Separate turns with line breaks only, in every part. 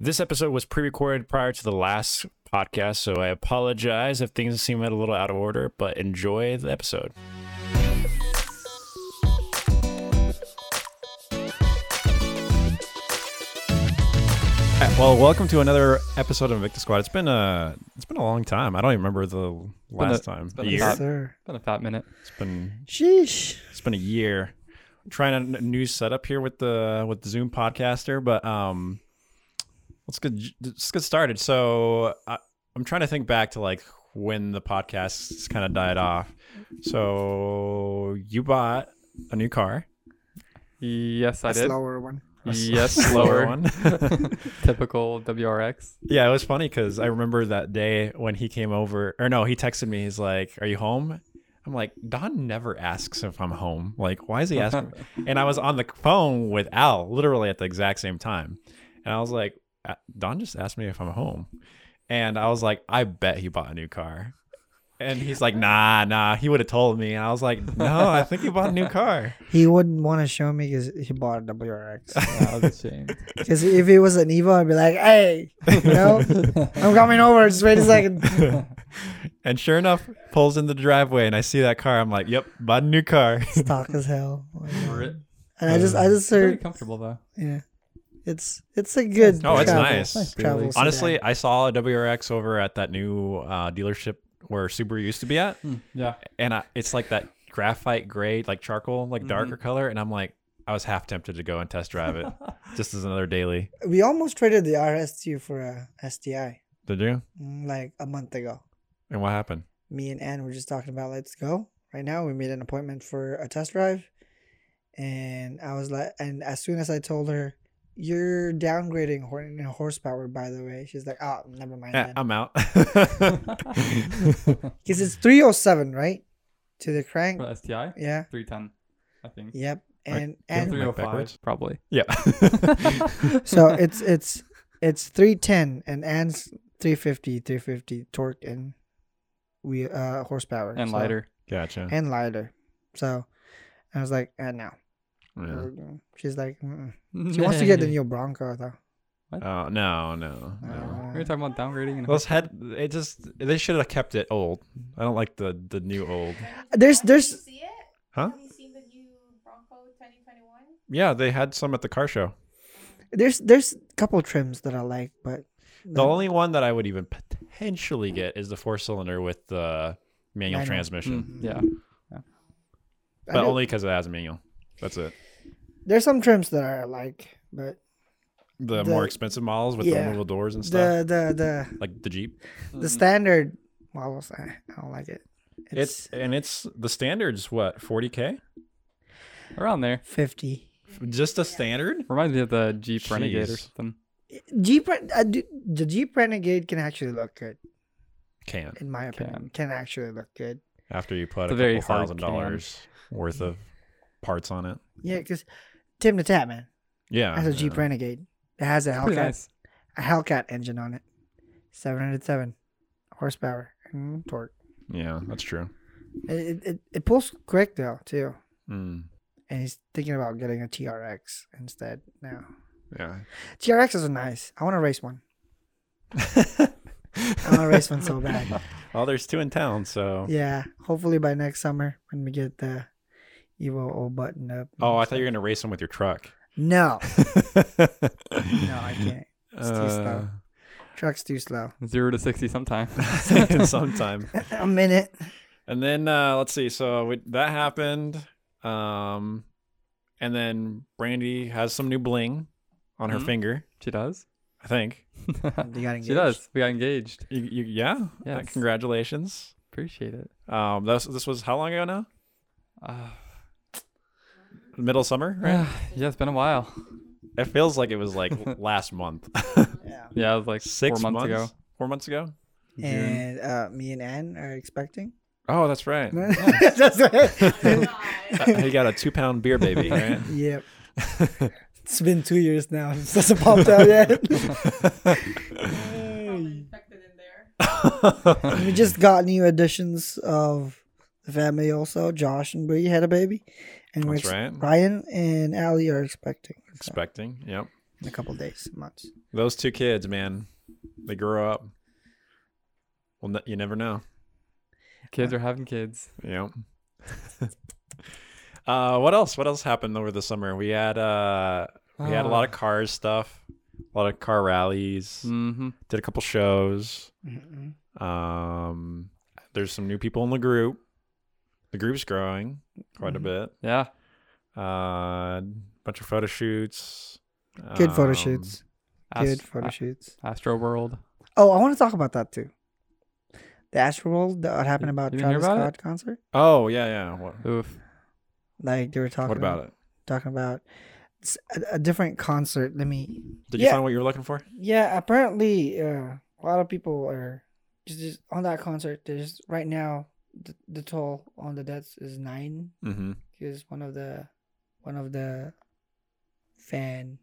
This episode was pre recorded prior to the last podcast, so I apologize if things seem a little out of order, but enjoy the episode.
Uh, All right, well, welcome to another episode of Invicta Squad. It's been a it's been a long time. I don't even remember the last time.
been
a
a
year.
hot-
sir.
Been a fat minute.
It's been
Sheesh.
it's been a year. I'm trying a n- new setup here with the with the Zoom podcaster, but um, let's get let's get started. So I, I'm trying to think back to like when the podcasts kind of died off. So you bought a new car,
Yes, I
A
did.
slower one.
a s-
Yes, slower.
one.
Typical WRX.
Yeah, it was funny because I remember that day when he came over, or no, he texted me. He's like, "Are you home?" I'm like, Don never asks if I'm home. Like, why is he asking? and I was on the phone with Al literally at the exact same time, and I was like, "Uh, Don just asked me if I'm home, and I was like, I bet he bought a new car. And he's like, nah, nah, he would have told me. And I was like, no, I think he bought a new car.
He wouldn't want to show me because he bought a WRX.
That was a shame.
Because if it was an Evo, I'd be like, hey, you know, I'm coming over. Just wait a second.
And sure enough, pulls in the driveway and I see that car. I'm like, yep, bought a new car.
Stock as hell.
Re-
And I just, I just
Pretty
heard,
comfortable though.
yeah, it's, it's a good.
Oh, it's
travel-
nice.
Nice,
travel
really.
sedan.
Honestly, I saw a WRX over at that new uh, dealership where Subaru used to be at,
Hmm, Yeah.
and I, it's like that graphite gray, like charcoal, like darker color, and I'm like, I was half tempted to go and test drive it, just as another daily.
we almost traded the RS2 for a STI
Did you?
mm, like a month ago.
And what happened?
me and Ann were just talking about let's go right now. We made an appointment for a test drive, and I was like, and as soon as I told her, "You're downgrading hor- in horsepower," by the way, she's like, "Oh, never mind."
Eh, I'm out.
Because it's three oh seven, right, to the crank.
For STI,
Yeah.
three ten, I think.
Yep.
Right.
And
Yeah,
and
Three oh five,
backwards?
probably.
yeah.
so it's it's it's three ten and Ann's 350, 350 torque and we uh horsepower
and
so-
lighter.
gotcha.
and lighter. So I was like, uh, no.
Yeah.
We're good. She's like, Mm-mm. she wants to get the new Bronco though.
Oh no, no, no.
We were talking about downgrading. And
Those head, it just they should have kept it old. I don't like the the new old.
There's,
Have
there's,
you seen it?
Huh?
Have you seen the new Bronco 2021?
Yeah, they had some at the car show.
there's, there's a couple trims that I like, but
The only one that I would even potentially get is the four cylinder with the manual
Manual.
transmission,
Mm, yeah.
I
but
do-
only because it has a manual. That's it.
there's some trims that I like, but
The,
The-
more expensive models with the
yeah.
removable doors and stuff, Mm.
the, the,
like the Jeep.
the, the standard models, I, I don't like it.
It's,
It's,
and it's the standards what forty k,
Hmm. Around there.
50.
just a standard.
Reminds me of the Jeep Renegade or
Jeez.
something.
Jeep, Ren- uh, d- the Jeep Renegade can actually look good,
Can
in my opinion. Can actually look good.
after you put
It's
a
a very
couple
hard
thousand
can.
dollars worth of parts on it.
Yeah, because Tim the Tap Man
Yeah,
has a Jeep
yeah.
Renegade. It has a Hellcat,
Pretty nice.
a Hellcat engine on it, 707 horsepower and torque.
Yeah, that's true.
It, it, it, it pulls quick though too,
Mm,
and he's thinking about getting a TRX instead now.
yeah,
TRXs are nice. I want to race one. Oh, I want to race one so bad.
well, there's two in town, so.
Yeah, hopefully by next summer when we get the Evo all buttoned up.
Oh, I thought you were gonna race them with your truck.
No, no,
no,
I can't. It's too
Uh,
slow. Truck's too slow.
Zero to sixty sometime.
sometime.
a minute.
And then uh, let's see. So we, that happened. Um, and then Brandy has some new bling on her
Mhm.
finger.
She does.
I think.
she
You got engaged.
does. We got engaged.
You, you, yeah. Uh,
Yes.
congratulations.
Appreciate it.
Um, this this was how long ago now?
Uh,
Middle summer, right?
yeah, it's been a while.
it feels like it was like last month.
Yeah.
Yeah, it was like
Six
four months, ago.
Four months ago.
And uh, me and Anne are expecting.
Oh, that's right.
That's right.
he got a two pound beer baby, right?
yep. It's been two years now. It doesn't popped out yet.
Probably infected in there.
we just got new additions of the family also. Josh and Bree had a baby. And we're
That's right.
Ryan and Allie are expecting.
Expecting. Yep.
in a couple days, months.
Those two kids, man, they grow up. Well, n- you never know.
Kids are having kids.
Yeah. uh, what else? What else happened over the summer? We had uh, we had a lot
Ah.
of cars stuff, a lot of car rallies.
Mm.
Mm-hmm.
Did a couple shows.
Mm-mm.
Um, there's some new people in the group. The group's growing quite
Mhm.
a bit.
Yeah.
Uh, bunch of photo shoots.
Good photo
um,
shoots.
Ast-
Good photo
A-
shoots.
Astro World.
Oh, I want to talk about that too. The Astro World, that what happened
You-
about
you didn't hear
Travis
about
Scott
it?
concert.
Oh yeah, yeah. What,
Oof.
Like they were talking.
what about it?
Talking about s- a, a different concert. Let me.
Did
Yeah.
you find what you were looking for?
Yeah, apparently uh, a lot of people are just, just on that concert. There's right now the, the toll on the deaths is nine
Mm-hmm.
because one of the one of the fan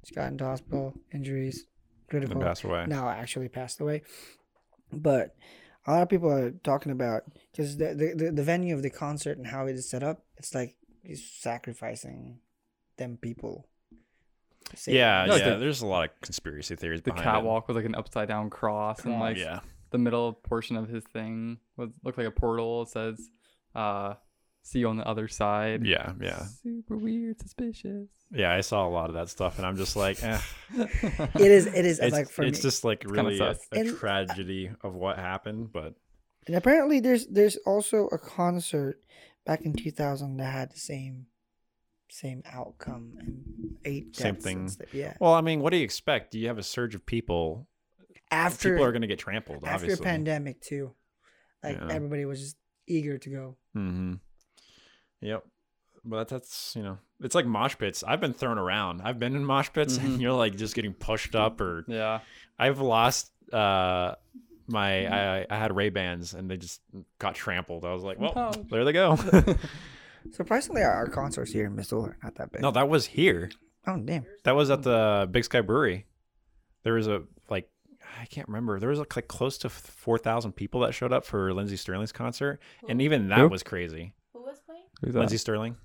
just got into hospital injuries critical.
And passed away.
now actually passed away. But a lot of people are talking about because the, the the- the venue of the concert and how it is set up. It's like he's sacrificing them people. Say-
Yeah,
No,
yeah.
the-
there's a lot of conspiracy theories
The
behind
catwalk with like an upside down cross,
It.
and like
Oh, yeah,
the middle portion of his thing was looked like a portal. It says, uh, "See you on the other side."
yeah, yeah,
Super weird, suspicious.
yeah. I saw a lot of that stuff, and I'm just like, eh.
It is. It is
it's,
like for
it's
me.
just like
kinda
really a,
sus.
a
And-
tragedy of what happened. But
And apparently, there's there's also a concert back in 2000 that had the same same outcome and eight
Same
deaths and
thing.
stuff. Yeah,
well, I mean, what do you expect? Do you have a surge of people?
after
people are going to get trampled.
after
obviously.
pandemic too, like
Yeah.
everybody was just eager to go.
Mm-hmm. Yep. But that's you know, it's like mosh pits. I've been thrown around. I've been in mosh pits, and
Mhm.
you're like just getting pushed up, or
Yeah.
I've lost uh my I, I had Ray Bans, and they just got trampled. I was like, well,
Ouch.
there they go.
Surprisingly, our, our concerts here in Missoula are not that big.
no, that was here.
Oh damn!
That was at the Big Sky Brewery. There was a like I can't remember. There was like, like close to four thousand people that showed up for Lindsey Sterling's concert, and even that
Who?
was crazy.
Who was playing?
Who's
Lindsey Sterling,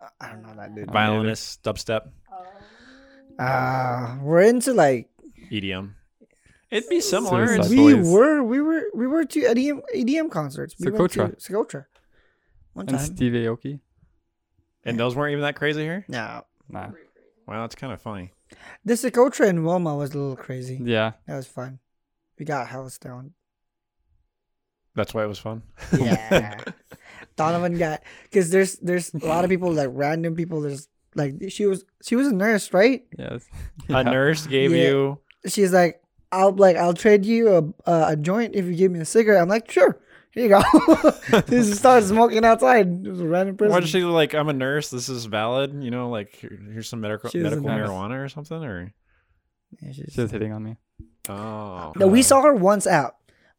I- I don't know that dude.
neither.
violinist, dubstep.
Oh.
Uh we're into like
EDM. It'd be similar.
Suicide
It's-
we
boys.
were we were we were to E EDM EDM concerts. We went to
Socotra.
Socotra. One
And
time.
Steve Aoki.
And those weren't even that crazy here.
no,
Nah.
Wow, that's kind of funny.
the Socotra in Wilma was a little crazy.
Yeah.
That was fun. We got hella stoned.
That's why it was fun.
Yeah. Donovan got because there's there's a lot of people like random people. There's like she was she was a nurse, right?
Yes.
A nurse gave
Yeah.
you.
She's like, I'll like I'll trade you a a, a joint if you give me a cigarette. I'm like, sure. Here you go. Just started smoking outside. It was a random person.
Why did she like? I'm a nurse. This is valid. You know, like here- here's some medical
She was a
medical
nurse.
marijuana or something. Or
Yeah, she's-
She was hitting on me.
oh,
No, we saw her once out,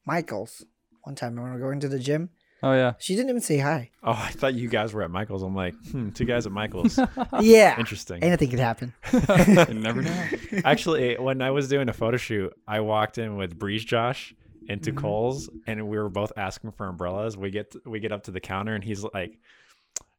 Michaels. One time when we were going to the gym,
Oh yeah.
she didn't even say hi.
Oh, I thought you guys were at Michael's. I'm like, hmm, two guys at Michael's.
Yeah,
Interesting.
anything could happen.
you never know.
Actually, when I was doing a photo shoot, I walked in with Breeze Josh into
Mhm.
Cole's, and we were both asking for umbrellas. We get we get up to the counter, and he's like,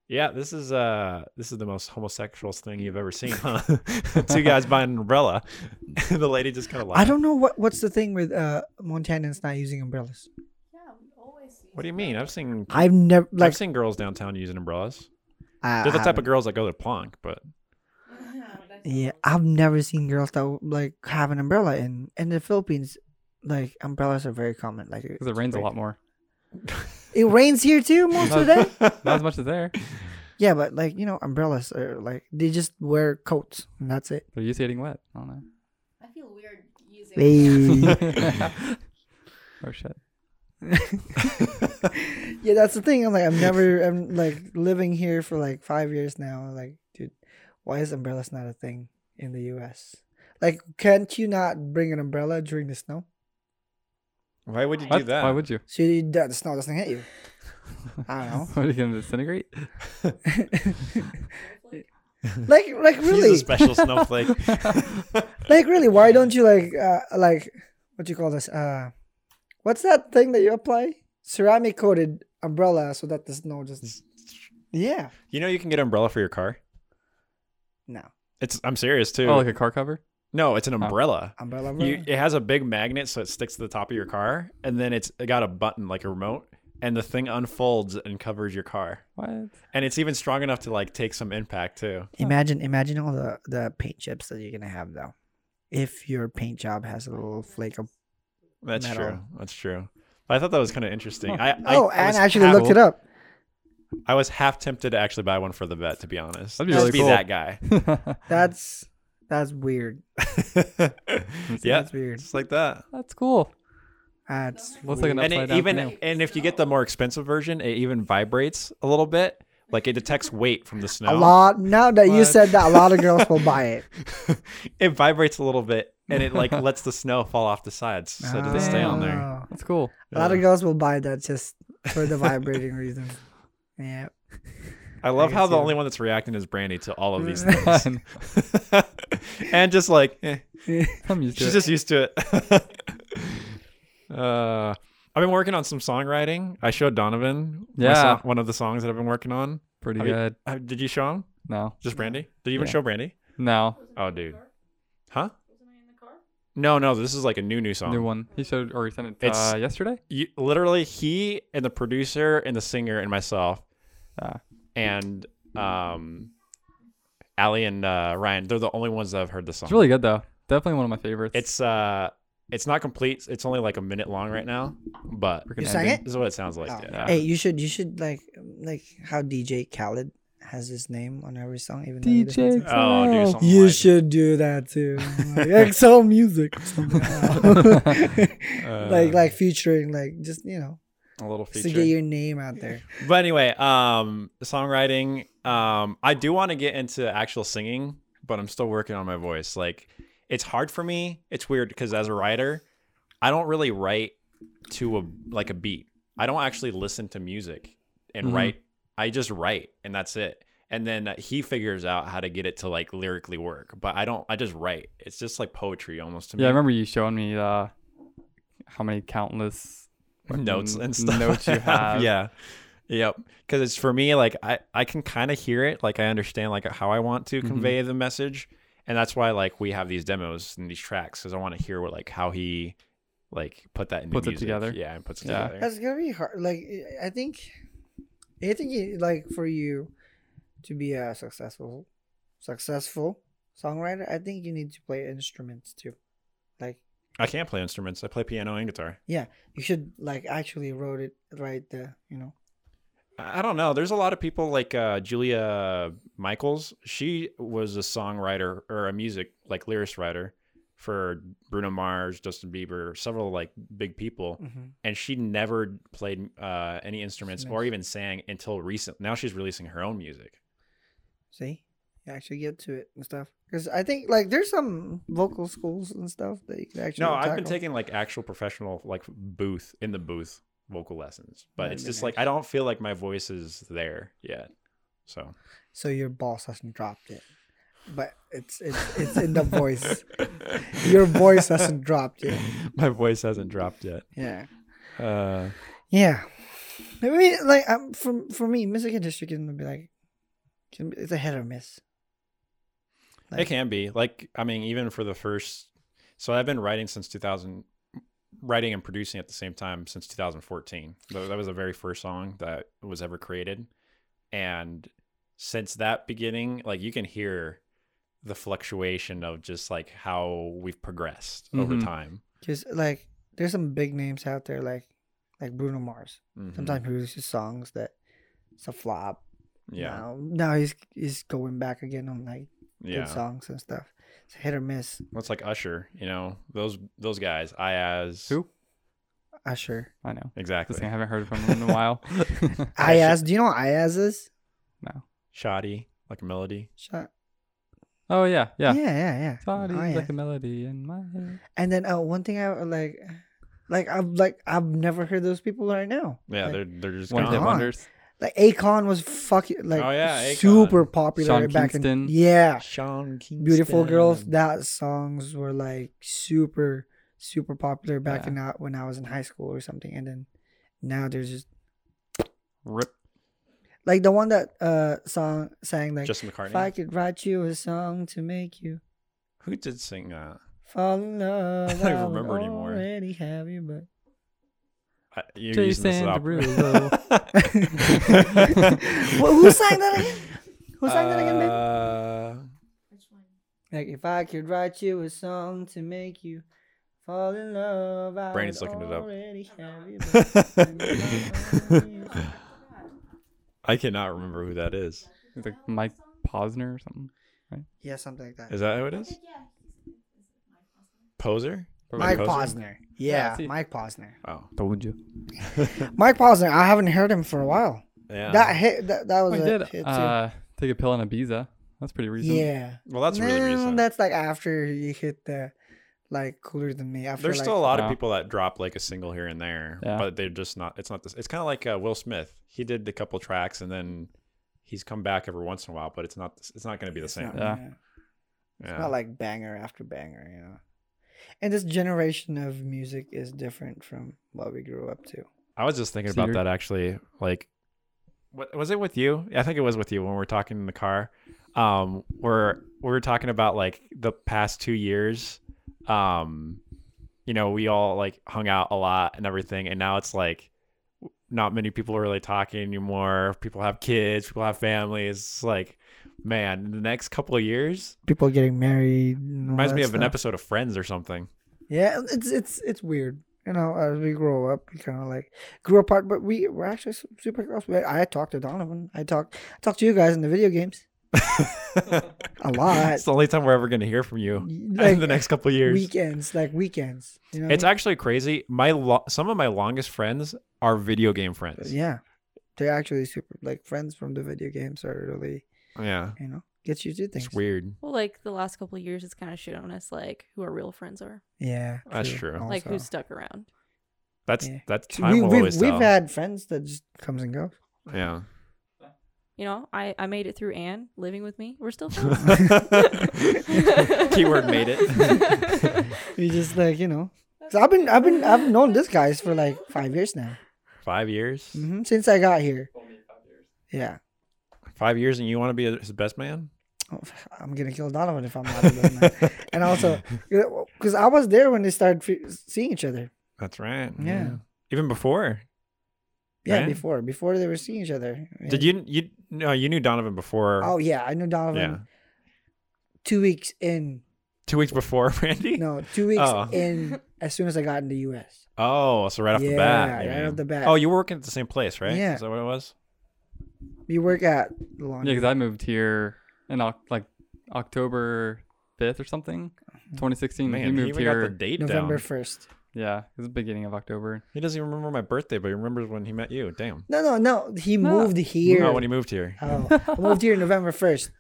"Yeah, this is uh this is the most homosexual thing you've ever seen, huh? Two guys buying an umbrella." the lady just kind of laughed.
I don't know what what's the thing with uh Montanans not using umbrellas.
Yeah, we always see.
What do you mean? I've seen
I've never like
I've seen girls downtown using umbrellas.
I-
They're the type
I
of
haven't-
girls that go to Plonk, but
That's
Yeah,
all.
I've never seen girls that would, like have an umbrella in in the Philippines. Like umbrellas are very common. Like
Because it rains a lot more.
It rains here too most of the day.
Not as much as there.
Yeah, but like you know, umbrellas are like they just wear coats and that's it.
They're used to getting wet. I don't know.
I feel weird using.
Hey.
oh shit.
yeah, that's the thing. I'm like, I'm never, I'm like living here for like five years now. I'm like, dude, why is umbrellas not a thing in the U.S.? Like, can't you not bring an umbrella during the snow?
why would you do
What?
that?
Why would you?
So you, that the snow doesn't hit you. I don't know.
What are you gonna disintegrate? Oh,
snowflake.
like, like
He's a
really,
special snowflake.
like really. Why don't you like, uh, like, what do you call this? Uh, what's that thing that you apply? Ceramic coated umbrella so that the snow just. Yeah.
you know you can get an umbrella for your car.
No.
It's I'm serious too.
Oh, like a car cover?
no, it's an umbrella.
Umbrella.
You,
umbrella?
it has a big magnet, so it sticks to the top of your car, and then it's it got a button like a remote, and the thing unfolds and covers your car,
What?
and it's even strong enough to like take some impact too.
Imagine, imagine all the the paint chips that you're gonna have though. If your paint job has a little flake of
That's
Metal.
true. That's true. I thought that was kind of interesting. I, I
oh,
I
and
was
actually
half-
looked it up.
I was half tempted to actually buy one for the vet, to be honest.
That'd be
Just
really
be
cool.
that guy.
That's that's weird.
yeah,
that's weird.
just like that.
That's cool.
That's
Looks like an
And
upside
it
down
even
canoe.
and if you get the more expensive version, it even vibrates a little bit. Like it detects weight from the snow.
a lot. Now that you
What?
said that, a lot of girls will buy it.
it vibrates a little bit, and it like lets the snow fall off the sides, so it doesn't stay on there.
Oh.
That's cool.
A lot of
Yeah.
girls will buy that just for the vibrating reason. Yeah.
I love
can
how
see
the
that.
only one that's reacting is Brandy to all of these
I
things,
know.
and just like eh,
I'm used to
She's
it.
just used to it. uh, I've been working on some songwriting. I showed Donovan my
Yeah.
song- one of the songs that I've been working on.
Pretty
I mean-
good.
Uh, did you show him?
No.
Just Brandy? Did you even
Yeah.
show Brandy?
No.
Wasn't
Oh,
it in the
dude.
car?
Huh?
Wasn't I in the car?
No, no. This is like a new new song.
New one. He showed or he sent it
It's-
uh, yesterday.
You, literally, he and the producer and the singer and myself,
Ah.
and um, Allie and uh, Ryan. They're the only ones that have heard the song.
It's really good though. Definitely one of my favorites.
It's uh, it's not complete. It's only like a minute long right now, but
Freaking
You sang
ending.
this is what it sounds like.
Oh.
yeah.
Yeah.
Hey, you should you should like like how DJ Khaled has his name on every song, even though he doesn't
DJ.
sing.
Oh, dude,
Khaled.
something
You
like-
should do that too. Like, Excel music, or something. like
Uh,
like featuring, like just you know,
a little
just to get your name out there.
But anyway, um, songwriting. Um, I do want to get into actual singing, but I'm still working on my voice. Like, it's hard for me. It's weird because as a writer, I don't really write to a like a beat. I don't actually listen to music and
Mhm.
write. I just write, and that's it. And then uh, he figures out how to get it to like lyrically work. But I don't. I just write. It's just like poetry almost to me.
Yeah, I remember you showing me uh, how many countless
notes
fucking
and stuff.
Notes you have.
yeah. Yep. Because it's for me, like I, I can kind of hear it. Like I understand like how I want to
Mhm.
convey the message. And that's why like we have these demos and these tracks because I want to hear what like how he like put that in
Puts it
music.
together.
Yeah, and puts it
Yeah.
together.
That's gonna be hard. Like I think, I think you, like for you to be a successful, successful songwriter, I think you need to play instruments too. Like
I can't play instruments. I play piano and guitar.
you should like actually wrote it right there. You know.
I I don't know. There's a lot of people like uh, Julia Michaels. She was a songwriter or a music like lyricist writer for Bruno Mars, Justin Bieber, several like big people. and she never played uh, any instruments or
Nice.
even sang until recent. Now she's releasing her own music.
See, you actually get to it and stuff. Because I think like there's some vocal schools and stuff that you can actually.
No, I've been
tackle.
taking like actual professional like booth in the booth vocal lessons, but
That'd
it's
be
just like
nice.
I don't feel like my voice is there yet. So
So your boss hasn't dropped it, but it's it's it's in the voice. Your voice hasn't dropped yet.
My voice hasn't dropped yet.
Yeah.
Uh,
Yeah, I mean, like um, for for me, Michigan District can be like, can be, it's a hit or miss.
it can be like I mean even for the first. So I've been writing since 2000, writing and producing at the same time since 2014. Tha- That was the very first song that was ever created, and since that beginning, like you can hear the fluctuation of just like how we've progressed over
Mhm.
Mm-hmm.
time.
Just like there's some big names out there, like like Bruno Mars.
Mhm.
Sometimes he produces songs that it's a flop.
yeah,
Now, now he's he's going back again on like good
yeah.
songs and stuff. It's hit or miss.
That's like Usher, you know those those guys. I as
Who?
Usher.
I know. This
exactly.
thing I haven't heard from him in a while.
Ayaz. Do you know what Ayaz is?
Shoddy, like a melody.
Shut.
oh yeah, yeah.
Yeah. Yeah. Yeah.
Sorry,
Ayaz.
like a melody in my head.
And then uh, one thing I like, like I've like I've never heard those people right now.
Yeah,
Like,
they're they're just
One
gone.
hit
Gone.
wonders.
like Akon was fucking like
Oh, yeah, Akon.
super popular
Sean
back in
Kingston.
yeah.
Sean Kingston. uh,
Beautiful girls, that songs were like super super popular back
Yeah.
in uh, when I was in high school or something, and then now there's just
Rip.
Like the one that uh song sang like
Justin
if I
McCartney.
could write you a song to make you
Who did sing uh, that?
fall in love.
I don't
would
remember anymore.
Already have you, but
I, you're using this
Jason
up.
Derulo.
Wha- who sang that again? Who sang that again, baby?
Uh,
Which one?
Like if I could write you a song to make you fall in love, I
Brandon's
would
looking it up.
already have you, but-
I cannot remember who that is.
It's like Mike Posner or something.
yeah, something like that.
Is that who it is?
Yeah. he's-
Poser?
Mike
Posner?
Posner. Yeah,
see.
Mike Posner.
Oh,
Told you.
Mike Posner. I haven't heard him for a while.
yeah. Oh,
That hit. That, that was
I
a
did
hit too.
uh, take a pill in Ibiza. That's pretty recent.
yeah.
well, that's really
No,
recent.
That's like after you hit the like cooler than me. After
There's
like,
still a lot of
Wow.
people that drop like a single here and there,
Yeah.
but they're just not. It's not this. It's kind of like uh, Will Smith. He did a couple tracks and then he's come back every once in a while, but it's not. It's not going to be the
it's
same.
Not,
Yeah.
It's
Yeah.
not like banger after banger, you know. And this generation of music is different from what we grew up to.
I was just thinking
So
about
you're-
that actually. Like, what was it with you? I think it was with you when we were talking in the car. Um, where we were talking about like the past two years. Um, you know, we all like hung out a lot and everything, and now it's like not many people are really talking anymore. People have kids, people have families. It's like, man, the next couple of years
People getting married and all
reminds
that
me of an
stuff.
episode of Friends or something.
Yeah, it's it's it's weird. You know, as we grow up, we kind of like grew apart, but we we're actually su- super close. We- I talked to Donovan. I talked I talked to you guys in the video games a lot.
it's the only time we're ever gonna hear from you
like
in the next couple of years.
weekends, like weekends. You know, what I
It's
mean?
actually crazy. My lo- some of my longest friends are video game friends.
yeah, they're actually super like friends from the video games are really
yeah.
you know gets you to do things.
It's weird.
Well, like the last couple of years, it's kind of shit on us, like who our real friends are,
Yeah,
That's true.
like who's
also.
stuck around.
That's
Yeah.
that's
So
time
we,
will
we've,
always uh,
we've
tell.
had friends that just comes and goes.
yeah.
You know, I I made it through Anne living with me. We're still friends.
Keyword made it.
We just like you know. So I've been I've been I've known these guys for like five years now.
Five years.
hmm Since I got here. Yeah.
Five years, and you want to be his best man?
Oh, I'm gonna kill Donovan if I'm not doing that. And also, because I was there when they started fe- seeing each other.
that's right.
Yeah.
Even before,
Yeah,
Right.
before before they were seeing each other.
did
Yeah.
you you no you knew Donovan before?
Oh yeah, I knew Donovan
yeah.
two weeks in.
Two weeks before Randy.
No, two weeks
Oh.
in. As soon as I got in the U.S.
Oh, so right off the
Yeah,
bat. you
right off
mean.
the bat.
Oh, you were working at the same place, right?
Yeah.
Is that what it was?
You work at the
Yeah,
laundry.
because I moved here in Oc- like October 5th or something, 2016.
Man,
he
he
moved
even got
here.
the date
November
down.
first.
yeah, it was the beginning of October.
He doesn't even remember my birthday, but he remembers when he met you. Damn.
No, no, no. He
No.
moved here.
Oh, when he moved here.
Oh, I moved here November first.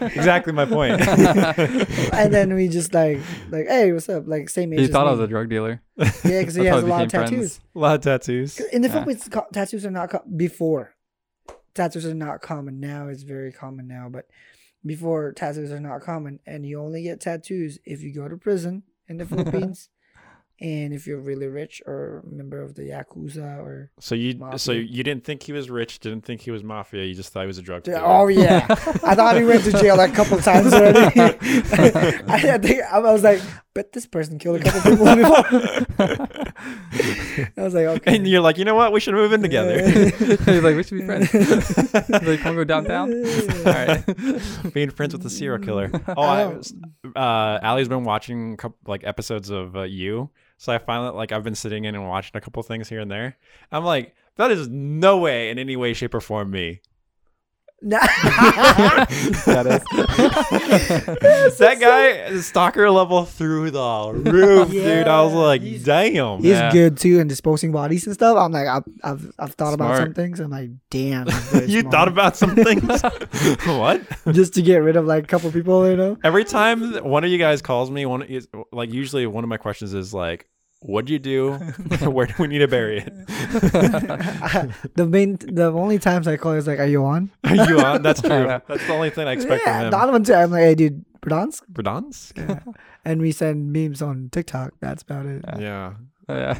exactly my point.
and then we just like like hey what's up like same age
He
as
thought I was
me.
a drug dealer.
yeah because he
That's how
has a
we
lot of
became
tattoos
friends.
a lot of tattoos.
'Cause in the
Yeah.
philippines co- tattoos are not co- before tattoos are not common now it's very common now but before tattoos are not common and you only get tattoos if you go to prison in the philippines and if you're really rich or a member of the yakuza or
So you so
Mafia.
you didn't think he was rich, didn't think he was mafia, you just thought he was a drug dealer.
oh yeah i thought he went to jail a couple times already I, I think i was like but this person killed a couple people i was like okay
and you're like, you know what? We should move in together.
He's like, we should be friends. He's like, want to go downtown? All right.
Being friends with a serial killer. Oh, I, was- uh, Ali's been watching couple, like episodes of uh, You, so I finally like I've been sitting in and watching a couple things here and there. I'm like, that is no way in any way, shape, or form me.
No.
that guy is stalker level through the roof, dude. I was
Yeah,
like,
he's-
damn.
He's
Yeah.
good too in disposing bodies and stuff. I'm like, I've I've, I've thought about some
Smart.
things. I'm like, damn.
you thought about some things? what?
about just to get rid of like a couple people, you know?
Every time that one of you guys calls me, one is like usually one of my questions is like, "What'd you do? Where do we need to bury it?
the main, the only times I call is like, are you on?
Are you on?" That's true. That's the only thing I expect
Yeah,
from him.
Donovan too. I'm like, hey, dude, Verdansk?
Verdansk?
And we send memes on TikTok. That's about it.
Yeah.
Oh, yeah.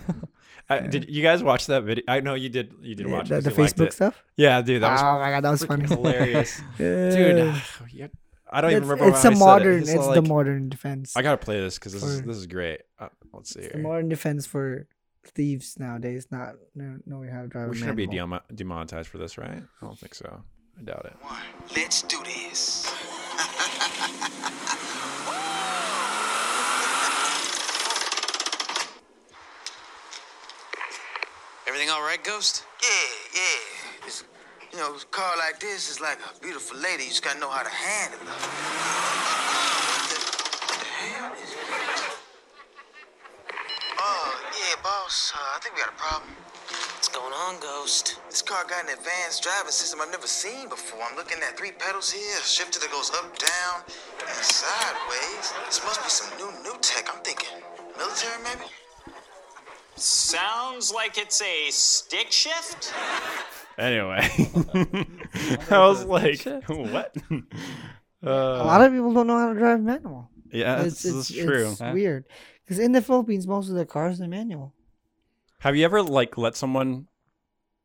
I, did you guys watch that video? I know you did. You did
Yeah,
watch
the,
it 'cause
the
you liked
Facebook
it.
stuff.
Yeah, dude, that was
oh my god, that was
freaking
funny.
hilarious, dude.
Yeah.
you- I don't even
It's-
remember.
It's
why I said
a
it.
modern. It's,
all
the
like-
modern defense.
I gotta play this because this is
Or-
this is great. Uh, let's see.
It's the
Here.
modern defense for thieves nowadays. Not kn- knowing how to drive.
We're
a
gonna be
manhole.
demo- demonetized for this, right? I don't think so. I doubt it.
Let's do this.
Everything all right, Ghost?
Yeah, yeah. It's, you know, a car like this is like a beautiful lady. You just gotta know how to handle her. What the, what the hell is Oh, yeah, boss. Uh, I think we got a problem.
What's going on, Ghost?
This car got an advanced driving system I've never seen before. I'm looking at three pedals here, a shifter that goes up, down, and sideways. This must be some new, new tech. I'm thinking military, maybe?
Sounds like it's a stick shift?
Anyway, I was like, what?
Uh,
A lot of people don't know how to drive manual.
Yeah,
It's,
this
it's,
is true.
it's
Huh?
weird because in the Philippines, most of the cars are manual.
Have you ever like let someone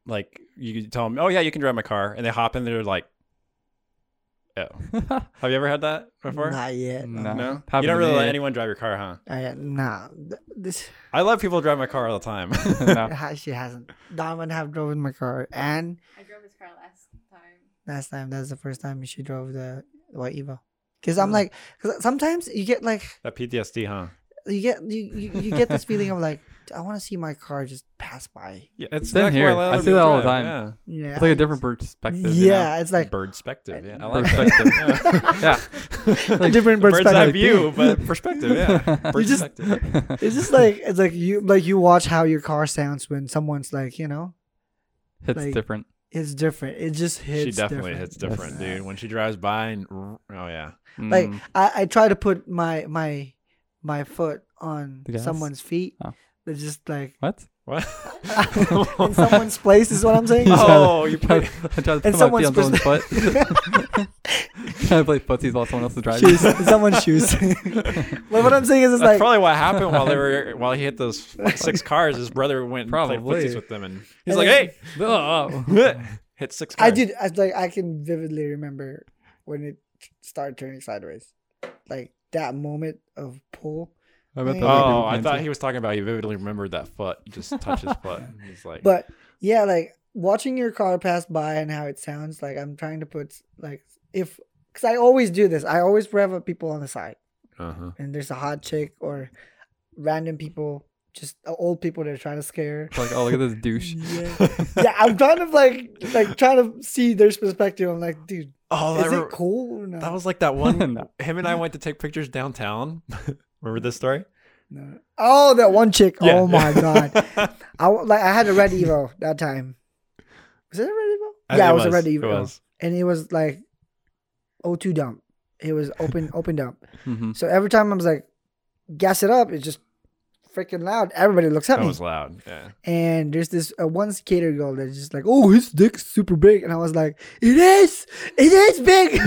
like you could tell them, "Oh yeah, you can drive my car," and they hop in, they're like, "Oh." Have you ever had that before?
Not yet.
No.
No, you
Happened
don't
to
really let
me.
anyone drive your car, huh?
I, nah, th- this
I love people drive my car all the time.
no.
it ha- she hasn't. Diamond have driven my car, and
I drove his car last time.
last time that's the first time she drove the white Evo. Because I'm
Mm.
like, cause sometimes you get like
that PTSD, huh?
you get you, you, you get this feeling of like I want to see my car just pass by.
Yeah, it's
Same
not
here.
quite
I
allowed
see
to
that all the
drive,
time.
Yeah,
It's like a different perspective. you know?
Yeah, it's
Yeah.
like
bird perspective. Yeah, I like
Perspective. yeah.
a different
bird's eye
perspective.
view, but perspective. Yeah,
You just-
perspective.
It's just like it's like you like you watch how your car sounds when someone's like you know
It's
like-
different.
it's different. It just hits.
she definitely
different.
hits different,
Yeah.
dude. When she drives by and oh yeah,
Like
Mm.
I, I try to put my my my foot on
The gas?
someone's feet.
Oh.
It's just like
what?
what?
in someone's place is what I'm saying.
Oh, you
tried,
put-
I tried to put my
And
feet on
someone's
someone's foot. I play footsies while someone else is driving.
shoes. Someone's shoes. but what I'm saying is, it's
That's
like
probably what happened while they were while he hit those like, six cars. His brother went and
Probably.
played footsies with them, and he's
And
like,
then-
"Hey,
Oh.
hit six cars."
I did. I like I can vividly remember when it started turning sideways, like that moment of pull.
I bet
Oh,
that
Oh, I thought he was talking about. He vividly remembered that foot. Just touch his foot. He's like,
But yeah, like watching your car pass by and how it sounds. Like I'm trying to put like if because I always do this. I always rev up people on the side,
uh-huh.
and there's a hot chick or random people, just uh, old people that are trying to scare.
like, oh, look at this douche.
Yeah. yeah, I'm trying to like like trying to see their perspective. I'm like, dude,
oh,
is
that, re-
it cool or no?
that was like that one.
No.
Him and I went to take pictures downtown. Remember this story?
No. Oh, that one chick.
Yeah.
Oh my god. I w- like I had a red Evo that time. Was it a red Evo?
I
yeah,
think
it was, a red Evo.
It was.
And it was like O2 dump. It was open open dump.
Mm-hmm.
Mhm.
So every time I was like gas it up, it's just freaking loud. Everybody looks at
That
me.
was loud. Yeah.
and there's this uh, one skater girl that's just like, "Oh, his dick's super big," and I was like, "It is, it is big."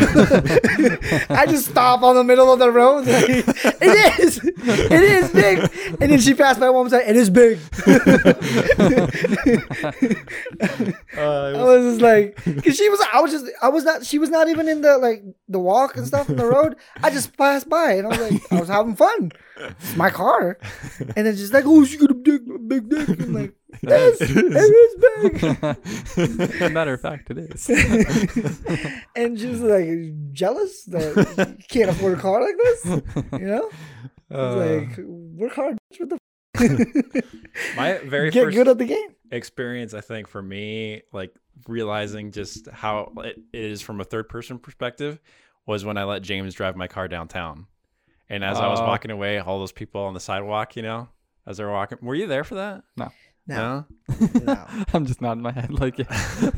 I just stop on the middle of the road. like, it is, it is big, and then she passed by one side. It is big.
Uh,
I was just like, because she was, I was just, I was not, she was not even in the like the walk and stuff on the road. I just passed by, and I was like, I was having fun. It's my car, and then she's like, "Oh, she got a big, big dick." I'm like. Yes, it is big.
Matter of fact, it is.
and she was like jealous that you can't afford a car like this. You know,
Uh,
it's like work hard. bitch, What the
My very
f- get
first
good at the game.
experience, I think, for me, like realizing just how it is from a third person perspective, was when I let James drive my car downtown. And as I was
Uh.
Oh.
walking away, all those people on the sidewalk, you know, as they were walking, were you there for that?
No.
No.
No.
I'm just nodding my head like, yeah.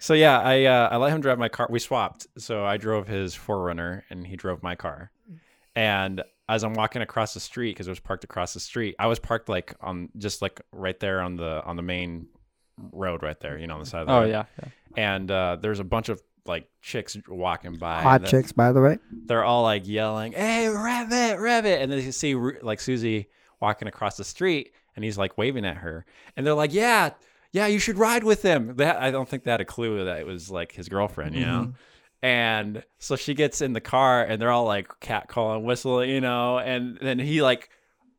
So yeah, I uh, I let him drive my car. We swapped, so I drove his Forerunner and he drove my car. And as I'm walking across the street because it was parked across the street, I was parked like on just like right there on the on the main road right there, you know, on the side of the
oh
road.
yeah, yeah.
and uh, there's a bunch of like chicks walking by. that-
by the way.
They're all like yelling, "Hey, rev it, rev it!" And then you see Ru- like Susie walking across the street, and he's like waving at her, and they're like, "Yeah, yeah, you should ride with him." That I don't think they had a clue that it was like his girlfriend, you know.
Mm-hmm.
And so she gets in the car, and they're all like catcalling, whistling, you know. And then he like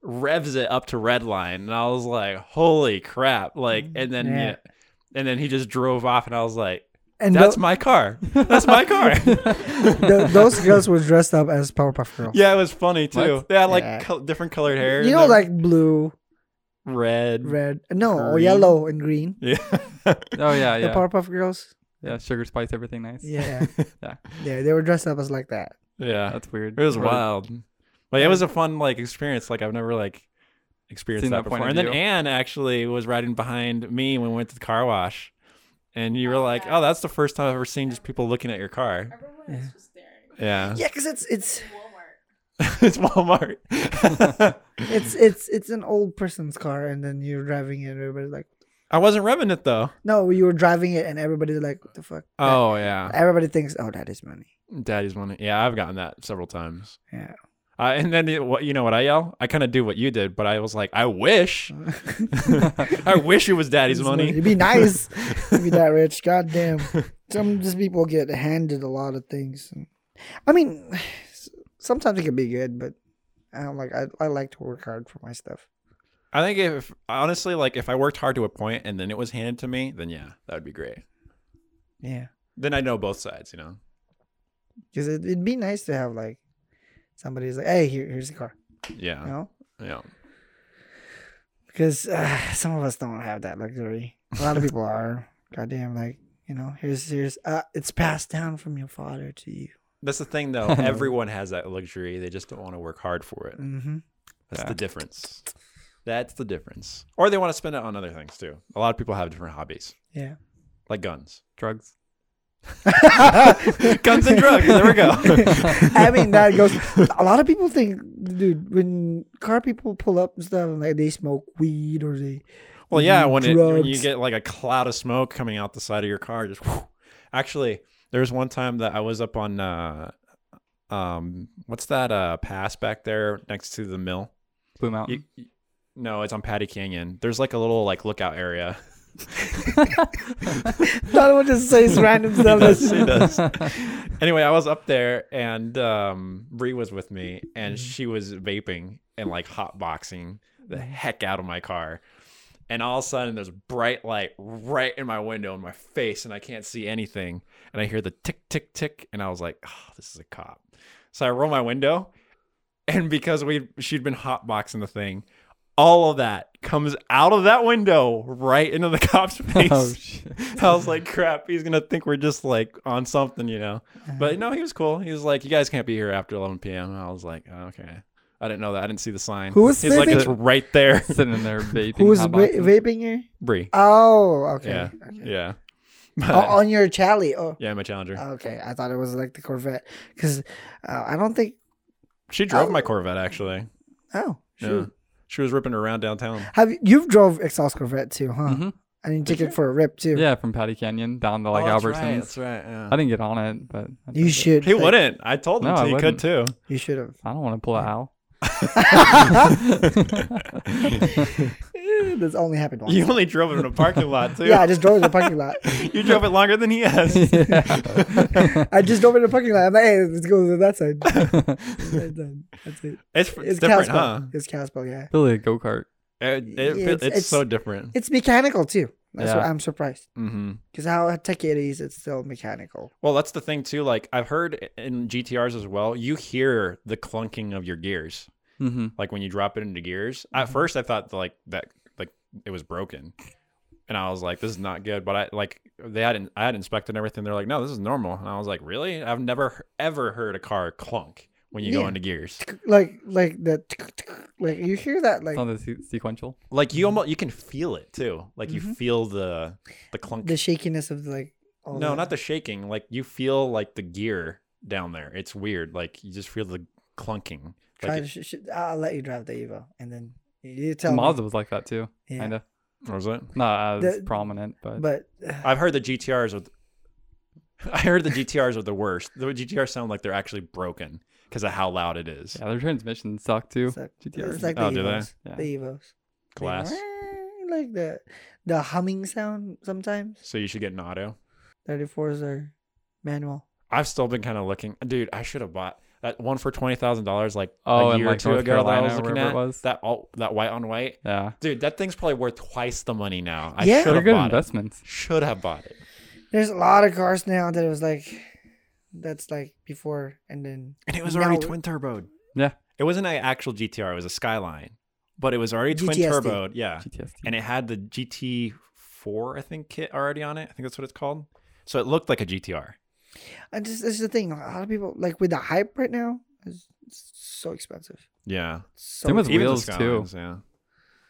revs it up to red line, and I was like, "Holy crap!" Like, and then
Yeah.
yeah, and then he just drove off, and I was like.
And
That's
tho-
my car. That's my car.
tho- those girls were dressed up as Powerpuff Girls.
yeah, it was funny too.
What?
They had like
Yeah.
col- different colored hair.
You
and
know,
they-
like blue,
red.
red, no, or
Mm. Green. Ah,
yellow and green.
Yeah.
Oh yeah,
The
yeah,
Powerpuff Girls.
yeah. Sugar spice everything nice.
Yeah.
Yeah.
Yeah, they were dressed up as like that.
yeah.
that's weird.
It was
Really-
wild. Like it was a fun like experience. Like I've never like experienced
Seen
that
that point
before.
of
And then
view.
Anne actually was riding behind me when we went to the car wash. And you were like,
Okay.
"Oh, that's the first time I've ever seen just people looking at your car."
Everyone is just staring.
Yeah,
Yeah, because it's it's
Walmart.
it's Walmart.
it's it's it's an old person's car, and then you're driving it, and everybody's like,
I wasn't revving it though.
"No, you were driving it," and everybody's like, "What the fuck?"
Oh yeah,
Everybody thinks, "Oh, that is money."
daddy's money. Yeah, I've gotten that several times.
Yeah.
Uh, and then it, what you know what I yell? I kind of do what you did, but I was like, I wish, I wish it was daddy's
It's
money.
It'd be nice to be that rich. God damn. Some just people get handed a lot of things. I mean, s- sometimes it can be good, but I don't like. I, I like to work hard for my stuff.
I think if honestly, like if I worked hard to a point and then it was handed to me, then yeah, that would be great.
Yeah,
Then I know both sides, you know.
because it, it'd be nice to have like somebody's like, "Hey, here, here's the car," you
Yeah,
know.
yeah.
Because uh, some of us don't have that luxury. A lot of people are. Goddamn, like you know, here's here's uh, it's passed down from your father to you.
That's the thing, though. Everyone has that luxury. They just don't want to work hard for it.
Mm-hmm.
That's the difference. That's the difference. Or they want to spend it on other things too. A lot of people have different hobbies,
Yeah.
like guns,
drugs.
guns and drugs. There we go.
I mean, that goes. A lot of people think, dude, when car people pull up and stuff, like they smoke weed or they.
Well, yeah, when, it, when you
drugs.
get like a cloud of smoke coming out the side of your car, just whew. actually, there was one time that I was up on uh, um, what's that uh pass back there next to the mill?
Blue Mountain.
You, you- no, it's on Patty Canyon. There's like a little like lookout area.
Donovan just says random stuff.
does,
That's,
he does. anyway, I was up there and um, Bree was with me and she was vaping and like hotboxing the heck out of my car. And all of a sudden, there's bright light right in my window in my face, and I can't see anything. And I hear the tick, tick, tick, and I was like, "Oh, this is a cop." So I roll my window, and because we she'd been hotboxing the thing, all of that comes out of that window right into the cop's face.
Oh shit.
I was like, crap, he's gonna think we're just like on something, you know. But no, he was cool. He was like, you guys can't be here after 11 p.m. And I was like, oh, okay. I didn't know that. I didn't see the sign.
Who was
he's like,
vaping?
it's right there,
Sitting in there vaping.
Who's
hot
va-
boxing.
vaping here?
Bree.
Oh, okay.
Yeah,
okay.
yeah,
Oh, on your Chally. Oh,
yeah. My challenger.
okay. I thought it was like the Corvette because uh, I don't think.
she drove my Corvette actually.
Oh, shoot.
Yeah, she was ripping around downtown.
Have you, you've drove exhaust Corvette too, huh?
Mm-hmm.
Mhm.
And you took it for a rip too.
Yeah, from Patty Canyon down to like
Oh, that's right,
Albertsons.
That's right. yeah.
I didn't get on it, but I
You
did.
should.
He
like,
wouldn't. I told him
No, I
he could too.
You should have.
I don't want to pull out. Al.
This only happened once.
You only drove it in a parking lot too.
yeah, I just drove in the parking lot.
you drove it longer than he has.
I just drove in the parking lot. I'm like, hey, let's go to that side. And then That's it.
It's,
It's
different,
Casper.
huh?
It's Casper, yeah.
Really a go kart.
It,
Yeah,
it,
it's-
it's,
it's-
so different.
It's mechanical too. That's
Yeah.
what I'm surprised.
hmm
Because how tech it is, it's still mechanical.
Well, that's the thing too. Like I've heard in GTRs as well, you hear the clunking of your gears,
Mm-hmm.
like when you drop it into gears.
Mm-hmm.
At first, I thought like that, like it was broken, and I was like, "This is not good." But I like they hadn't, I had inspected everything. They're like, "No, this is normal," and I was like, "Really? I've never ever heard a car clunk when you go
Yeah.
into gears.
Like, like that, like you hear that, like
It's on the se- sequential.
Like you almost you can feel it too. Like you feel the the clunk
Mm-hmm. the oh, shakiness of like. All
no
that.
not the shaking like you feel like the gear down there it's weird like you just feel the clunking
Try
like
to
it,
sh- sh- I'll let you drive the Evo, and then you tell
The
me.
Mazda was like that too,
Yeah.
kind of.
what was it
Not as
The-
prominent, but,
But uh,
i've heard the gtrs with i heard the gtrs are the worst the gtrs sound like they're actually broken because of how loud it is
yeah, their transmissions suck too.
it's like,
GTRs.
it's like the
Oh, do they?
Evos.
Yeah.
The Evos.
glass.
like the the humming sound sometimes.
So you should get an auto.
34s are manual.
I've still been kind of looking, dude. I should have bought that one for twenty thousand dollars, like
Oh,
a
in,
year or
like,
two
North
ago. that I
Carolina,
was looking
wherever it
at
was?
that all that white on white,
Yeah.
dude. That thing's probably worth twice the money now. I
Yeah.
should
They're
have
good
bought
investments.
it. Should have bought it.
There's a lot of cars now that it was like, that's like before and then.
And it
was already Now- twin
turboed.
Yeah.
It wasn't an actual GTR. It was a Skyline, but it was already twin
GTSD.
turboed. Yeah.
GTSD.
and it had the GT4, I think, kit already on it. I think that's what it's called. So it looked like a GTR.
I just this is the thing. A lot of people like with the hype right now. It's, it's so expensive.
Yeah,
So
Same with
expensive.
the
wheels, too.
Skylines, Yeah,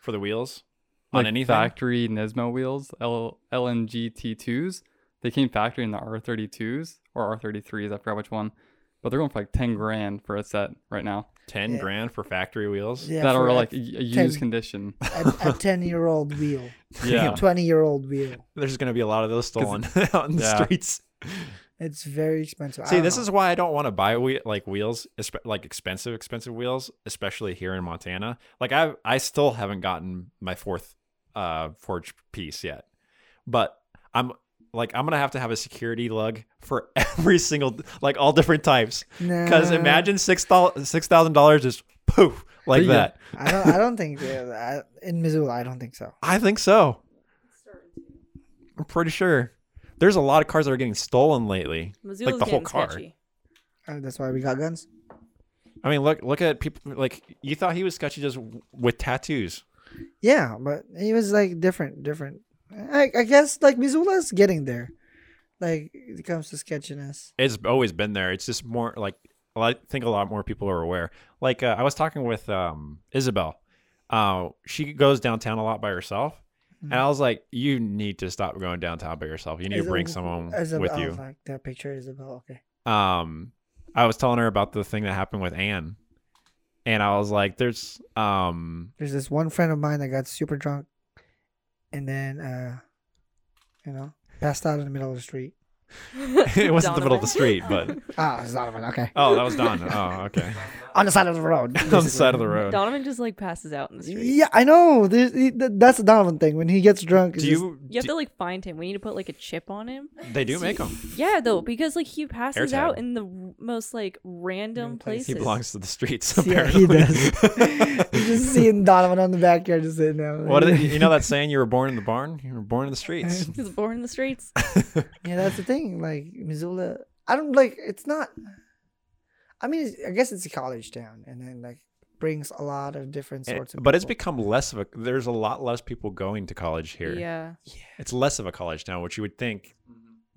for the wheels
like
on anything.
factory Nismo wheels, L- LNGT2s. They came factory in the R32s or R33s. I forgot which one, but they're going for like ten grand for a set right now
Ten
Yeah.
grand for factory wheels.
yeah,
that
for
are
a-
like a, a used
10.
condition.
a, a ten year old wheel,
Yeah.
twenty year old wheel.
There's gonna be a lot of those stolen out in the
Yeah.
streets.
It's very expensive. I
See,
don't
this
know.
is why I don't want to buy whe- like wheels, espe- like expensive, expensive wheels, especially here in Montana. Like I, I still haven't gotten my fourth uh forge piece yet, but I'm like I'm gonna have to have a security lug for every single like all different types. Because
Nah.
imagine six dollars, six thousand dollars just poof like
Yeah.
that.
I don't. I don't think I, in Missoula. I don't think so.
I think so.
Certain.
I'm pretty sure. There's a lot of cars that are getting stolen lately.
Missoula's
the whole
getting
car.
sketchy.
Uh, That's why we got guns.
I mean, look look at people like you thought he was sketchy just w- with tattoos.
Yeah, but he was like different, different. I, I guess like Missoula's getting there. Like it comes to sketchiness.
It's always been there. It's just more like well, I think a lot more people are aware. Like uh, I was talking with um, Isabel. Uh, she goes downtown a lot by herself, and I was like, "You need to stop going downtown by yourself. You need to
Is-
bring someone
is
with
about-
you."
Like oh, that picture is about okay.
um I was telling her about the thing that happened with Anne. And I was like, there's um
There's this one friend of mine that got super drunk, and then uh, you know, passed out in the middle of the street.
it wasn't the middle of the
Donovan.
street, but
Ah, it's Donovan. Okay,
oh, that was Don. Oh, okay.
on the side of the road.
On the side of the
basically.
road.
Donovan just like passes out in the street.
Yeah, I know. There's, he- th- that's a Donovan thing. When he gets drunk,
Do you,
You have
do-
to like find him. We need to put like a chip on him.
they do make them.
Yeah, though, because like he passes
tab.
out in the r- most like random
Random place.
places.
He belongs to the streets
Yeah,
apparently.
he does. you just seeing Donovan on the backyard just sitting there.
what do they, you know that saying you were born in the barn? You were born in the streets.
He's born in the streets.
Yeah, that's the thing. Like Missoula, I don't like. It's not. I mean, it's, I guess it's a college town, and then like brings a lot of different
And-
sorts of.
Eh, but it's
people.
become less of a there's a lot less people going to college here.
Yeah.
It's less of a college town, which you would think.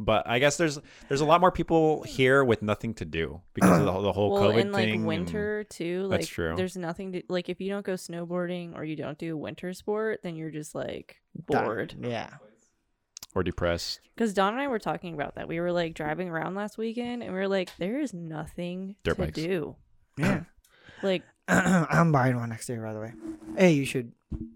But I guess there's there's a lot more people here with nothing to do because of the, whole- the whole
well,
COVID
in like
thing. and-
winter too. Like
That's true.
there's nothing to like if you don't go snowboarding or you don't do winter sport, then you're just like
Done.
bored.
Yeah,
or depressed.
Because Don and I were talking about that. We were like driving around last weekend, and we were like, there is nothing
Dirt
to
bikes.
do.
yeah.
Like
I'm buying one next year, by the way. Hey, you should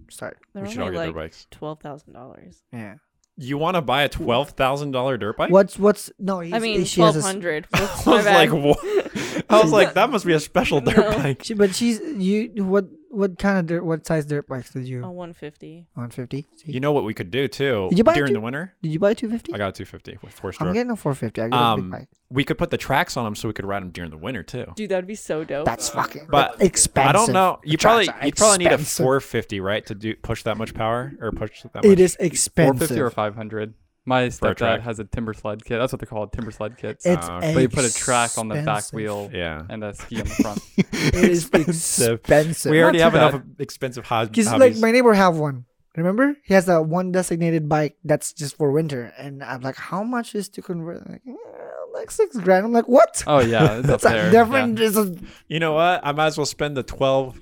start.
they're
we should all
only
get
like
dirt bikes.
twelve thousand dollars.
Yeah.
You want to buy a twelve thousand dollar dirt bike?
What's what's no? He's,
I mean,
she has
twelve
a s-
hundred.
I was like, what? I was like, that must be a special dirt
No.
bike.
she- but she's you. What what kind of dirt? What size dirt bikes did
a
you?
one fifty.
One fifty.
You know what we could do too
Did you buy a
during
two-
the winter?
Did you buy two fifty?
I got a two fifty with four
I'm
stroke.
getting a four fifty. I got a big
Um,
bike.
we could put the tracks on them so we could ride them during the winter too.
Dude, that'd be so dope.
That's fucking
But
expensive.
I don't know. You probably
Tracks are
you probably need a
expensive.
four fifty right to do push that much power or push that much.
It is
Four
expensive.
fifty or five hundred. My
track.
stepdad has a timber sled kit. That's what they're called, timber sled kits.
It's
Uh,
expensive.
But
but you put a track on the back wheel
Yeah.
and a ski on the front.
It is
Expensive.
expensive.
We already
too
have
bad.
enough expensive hob- hobbies.
Because like my neighbor have one. Remember, he has that one designated bike that's just for winter, and I'm like, how much is to convert? Like, "Eh, like six grand. I'm like, what?
Oh yeah, it's up
That's a
there.
different. It's a,
you know what? I might as well spend the 12,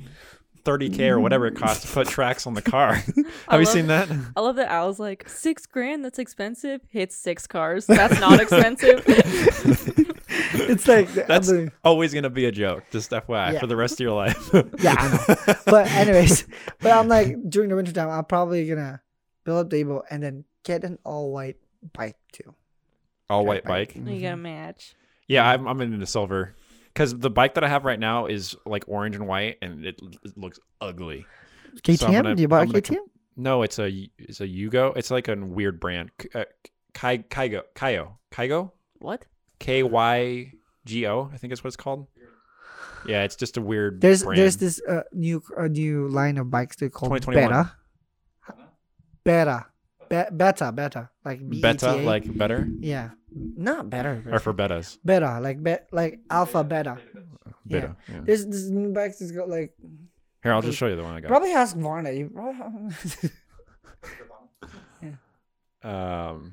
30K or whatever it costs to put tracks on the car.
I
have you
love-
seen that?
I love that Al's like six grand. That's expensive. Hits six cars. That's not expensive.
it's like
That's
I'm like,
always going to be a joke, just FYI,
Yeah.
for the rest of your life.
yeah. I know. But anyways, but I'm like during the winter time, I'm probably gonna build up the able and then get an all white bike too.
All white bike.
you gotta match.
Yeah, I'm, I'm into silver. Because the bike that I have right now is like orange and white and it, l- it looks ugly.
KTM?
So I'm gonna-
Do you buy a
I'm gonna
KTM?
com- No, it's a it's a Yugo. It's like a weird brand. K- uh, Kai Kaigo Kaio Kaigo
What?
K Y G O. I think is what it's called. Yeah, it's just a weird.
there's
brand.
there's this uh, new uh, new line of bikes they call
2021.
Beta. Beta. Be- beta, beta, like
beta
BETA.
like better
yeah, not better,
or for betas
beta, like be- like alpha beta. Yeah.
beta. Yeah.
This this new bike has got like
Here, I'll just show you the one I got.
probably ask Varna. You probably
um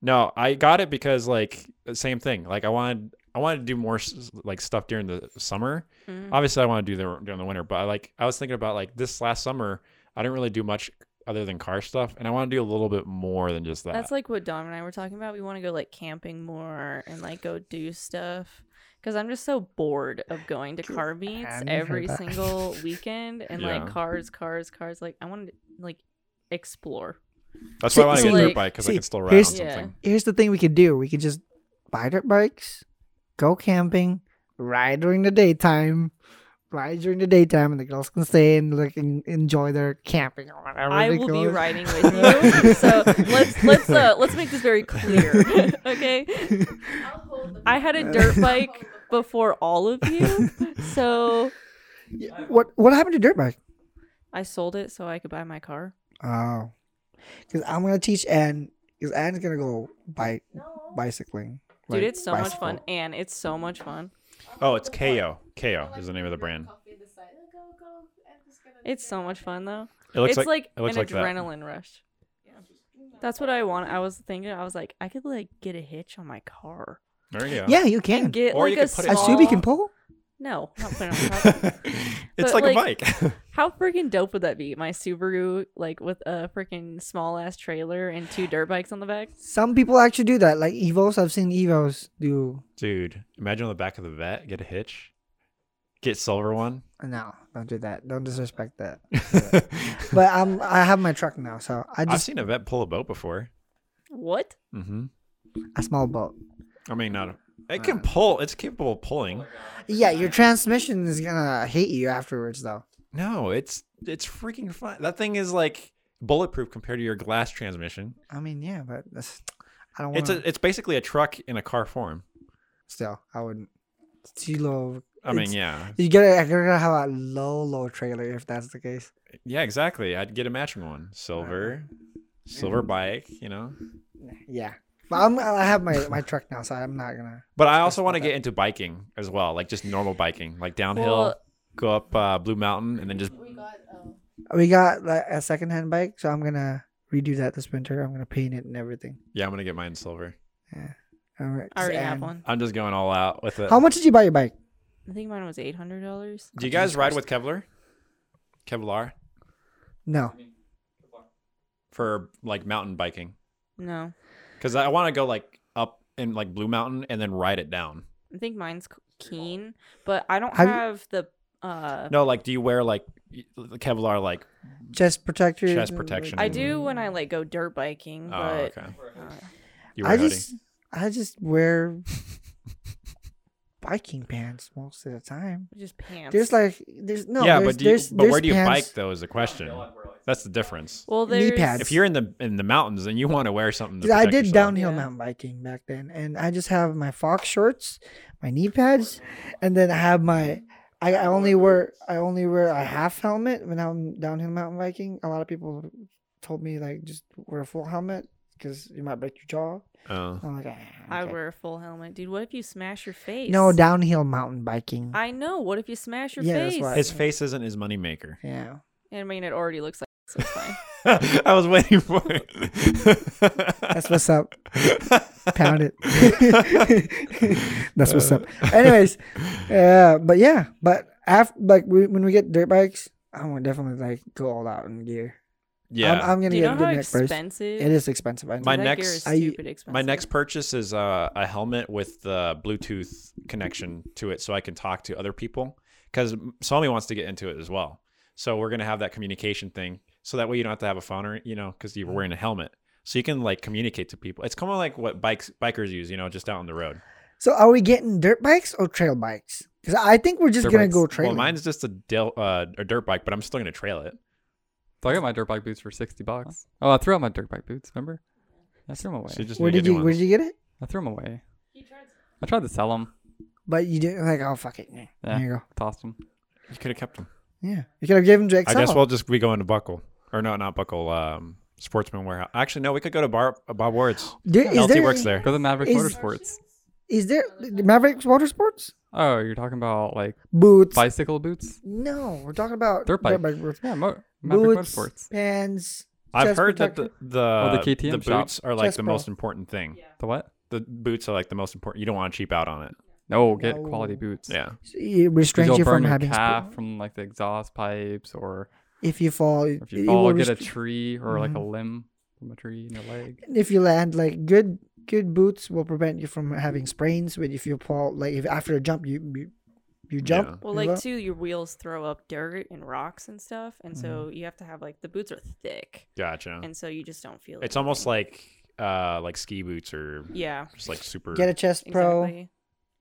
no i got it because like same thing like i wanted i wanted to do more s- like stuff during the summer
Mm.
obviously i want to do the during the winter but i like i was thinking about like this last summer i didn't really do much other than car stuff and i want to do a little bit more than
Uh,
just that
That's like what Dom and I were talking about. We want to go like camping more and like go do stuff. Cause I'm just so bored of going to car
I
meets
haven't
every
heard that.
single weekend and
Yeah.
like cars, cars, cars. Like I want to like explore.
that's why i want to
See,
get a dirt
like-
bike because i
see,
can still ride on
here's-
something
Yeah.
Here's the thing we could do: we could just buy dirt bikes, go camping, ride during the daytime, ride during the daytime, and the girls can stay and like en- enjoy their camping or whatever.
I
they
will
call
be
it.
riding with you. so let's let's uh, let's make this very clear. okay.
I'll hold the
I had a dirt bike before all of you. So
Yeah, What What happened to dirt bike?
I sold it so I could buy my car.
Oh, because I'm gonna teach Anne. Because Anne's gonna go bike bicycling.
Dude,
like,
it's so much fun. And it's so much fun.
oh it's ko ko is the name of the brand
coffee decide, "Oh, go, go, I'm just gonna
It's
do
so
it."
much fun though.
it looks
it's
like,
like,
it looks
an
like that.
adrenaline rush. That's what I want. I was thinking. I was like, I could like get a hitch on my car.
there you go
Yeah, you can.
And get
Or
like
you
a
could put it
I
on-
small.
assume you can pull.
No, not put it on my car.
it's
But,
like,
like-
a bike
How freaking dope would that be? My Subaru, like with a freaking small ass trailer and two dirt bikes on the back.
Some people actually do that. Like Evos, I've seen Evos do.
dude imagine on the back of the vet get a hitch get silver one
uh, No, don't do that. Don't disrespect that. But I'm I have my truck now, so I
I've
just
seen a vet pull a boat before.
What?
Mm-hmm.
a small boat.
I mean, not. A, it can
Uh.
pull. It's capable of pulling.
Yeah, your transmission is gonna hate you afterwards, though.
No, it's it's freaking fun. That thing is like bulletproof compared to your glass transmission.
I mean, yeah, but that's, I don't want
It's
to.
a, it's basically a truck in a car form.
Still, I wouldn't. It's too low.
I mean,
It's-
yeah,
You gotta, you gotta have a low, low trailer if that's the case.
yeah, exactly. I'd get a matching one, silver,
Mm.
silver bike. You know,
Uh, Yeah, but I'm, I have my my truck now, so I'm not gonna.
but I also want to get into biking as well, like just normal biking, like downhill,
Well-
go up uh, Blue Mountain, and then just
We got um,
We got like a secondhand bike, so I'm gonna redo that this winter. I'm gonna paint it and everything.
yeah, I'm gonna get mine silver.
I'm gonna-
I already have
and-
one.
I'm just going all out with it.
How much did you buy your bike?
I think mine was eight hundred dollars.
Do you guys ride with Kevlar? Kevlar
No,
for like mountain biking?
No,
Because I want to go like up in like Blue Mountain and then ride it down.
I think mine's Keen, but I don't
Have
have,
you-
the. uh
No, like do you wear like y- the Kevlar like?
chest protector.
Chest protection.
I do when I like go dirt biking,
Oh,
but
okay.
uh,
You wear
I
hoodie.
just I just wear biking pants most of the time.
just pants.
There's like there's no
yeah,
there's,
but do you,
there's,
but where
there's
do you
pants.
bike though is the question. That's the difference.
well,
knee
there's
pads.
If you're in the in the mountains and you want to wear something, to
Dude, I
protect
did
yourself.
downhill
Yeah.
mountain biking back then, and I just have my fox shorts, my knee pads, and then I have my. I, I only wear I only wear a half helmet when I'm downhill mountain biking. A lot of people told me like just wear a full helmet because you might break your jaw.
Oh.
I'm like, ah,
I
okay.
wear a full helmet, dude. What if you smash your face?
no downhill mountain biking.
I know. What if you smash your
Yeah, that's
face?
why-
His face isn't his moneymaker.
yeah,
I mean, it already looks like so it's fine.
I was waiting for it.
that's what's up. Pound it. that's what's up. Anyways, uh, but yeah, but after like we, when we get dirt bikes, I'm gonna definitely like go all out in gear.
Yeah,
I'm, I'm gonna
Do you know
get good
how
neck brace. It
expensive?
is expensive. I know.
My
That
next-
gear is
I-
stupid expensive.
My next purchase is uh, a helmet with the Bluetooth connection to it, so I can talk to other people. Because Somi wants to get into it as well, so we're gonna have that communication thing, so that way you don't have to have a phone or you know, because you're
Mm-hmm.
wearing a helmet, so you can like communicate to people. It's kind of like what bikes bikers use, you know, just out on the road.
so are we getting dirt bikes or trail bikes? Because I think we're just
Dirt
gonna
bikes-
go trail.
Well, mine's just a, del- uh, a dirt bike, but I'm still gonna trail it.
So I got my dirt bike boots for sixty bucks. Oh, I threw out my dirt bike boots. Remember? I threw them away.
She just
Where
need to
did
get new
you Where
ones.
did you get it?
I threw them away.
He tried to
I tried to sell them,
But you didn't like. Oh fuck it. Yeah.
Yeah.
There you go.
tossed them.
You could have kept them.
Yeah. You could have given Jake.
I guess we'll just be going to Buckle or no, not Buckle. Um, Sportsman Warehouse. Actually, no, we could go to Bar uh, Bob Ward's.
There, is
LT
there,
works there.
Go to Maverick
Is-
Motorsports.
Is there Mavericks Motorsports
Oh, you're talking about like
boots?
bicycle boots?
No, we're talking about
Dirt bike.
boots.
Yeah, Mo- Maverick
boots,
Motorsports.
pants.
I've
chest
heard that the
protector.
the,
Oh, the KTM
the
shop.
boots are like
Chest
the
bra.
most important thing.
The what?
The boots are like the most important. You don't want to cheap out on it.
No, get quality
No.
boots.
Yeah.
it
Because
restrains
you'll
you
burn
from
your
having. sp-
calf from like the exhaust pipes, or
if you fall,
if
it
you
will
fall, get a
restri-
tree or like a
Mhm.
limb from a tree in your leg.
if you land like good good boots will prevent you from having sprains but if you fall like if after a jump you you, you jump
Yeah.
Well,
you
like
go-
too, your wheels throw up dirt and rocks and stuff, and so
Mm-hmm.
you have to have like the boots are thick,
Gotcha.
and so you just don't feel.
Mm. it's almost
anything.
like uh like ski boots or
yeah,
just like super.
get a chest pro
exactly.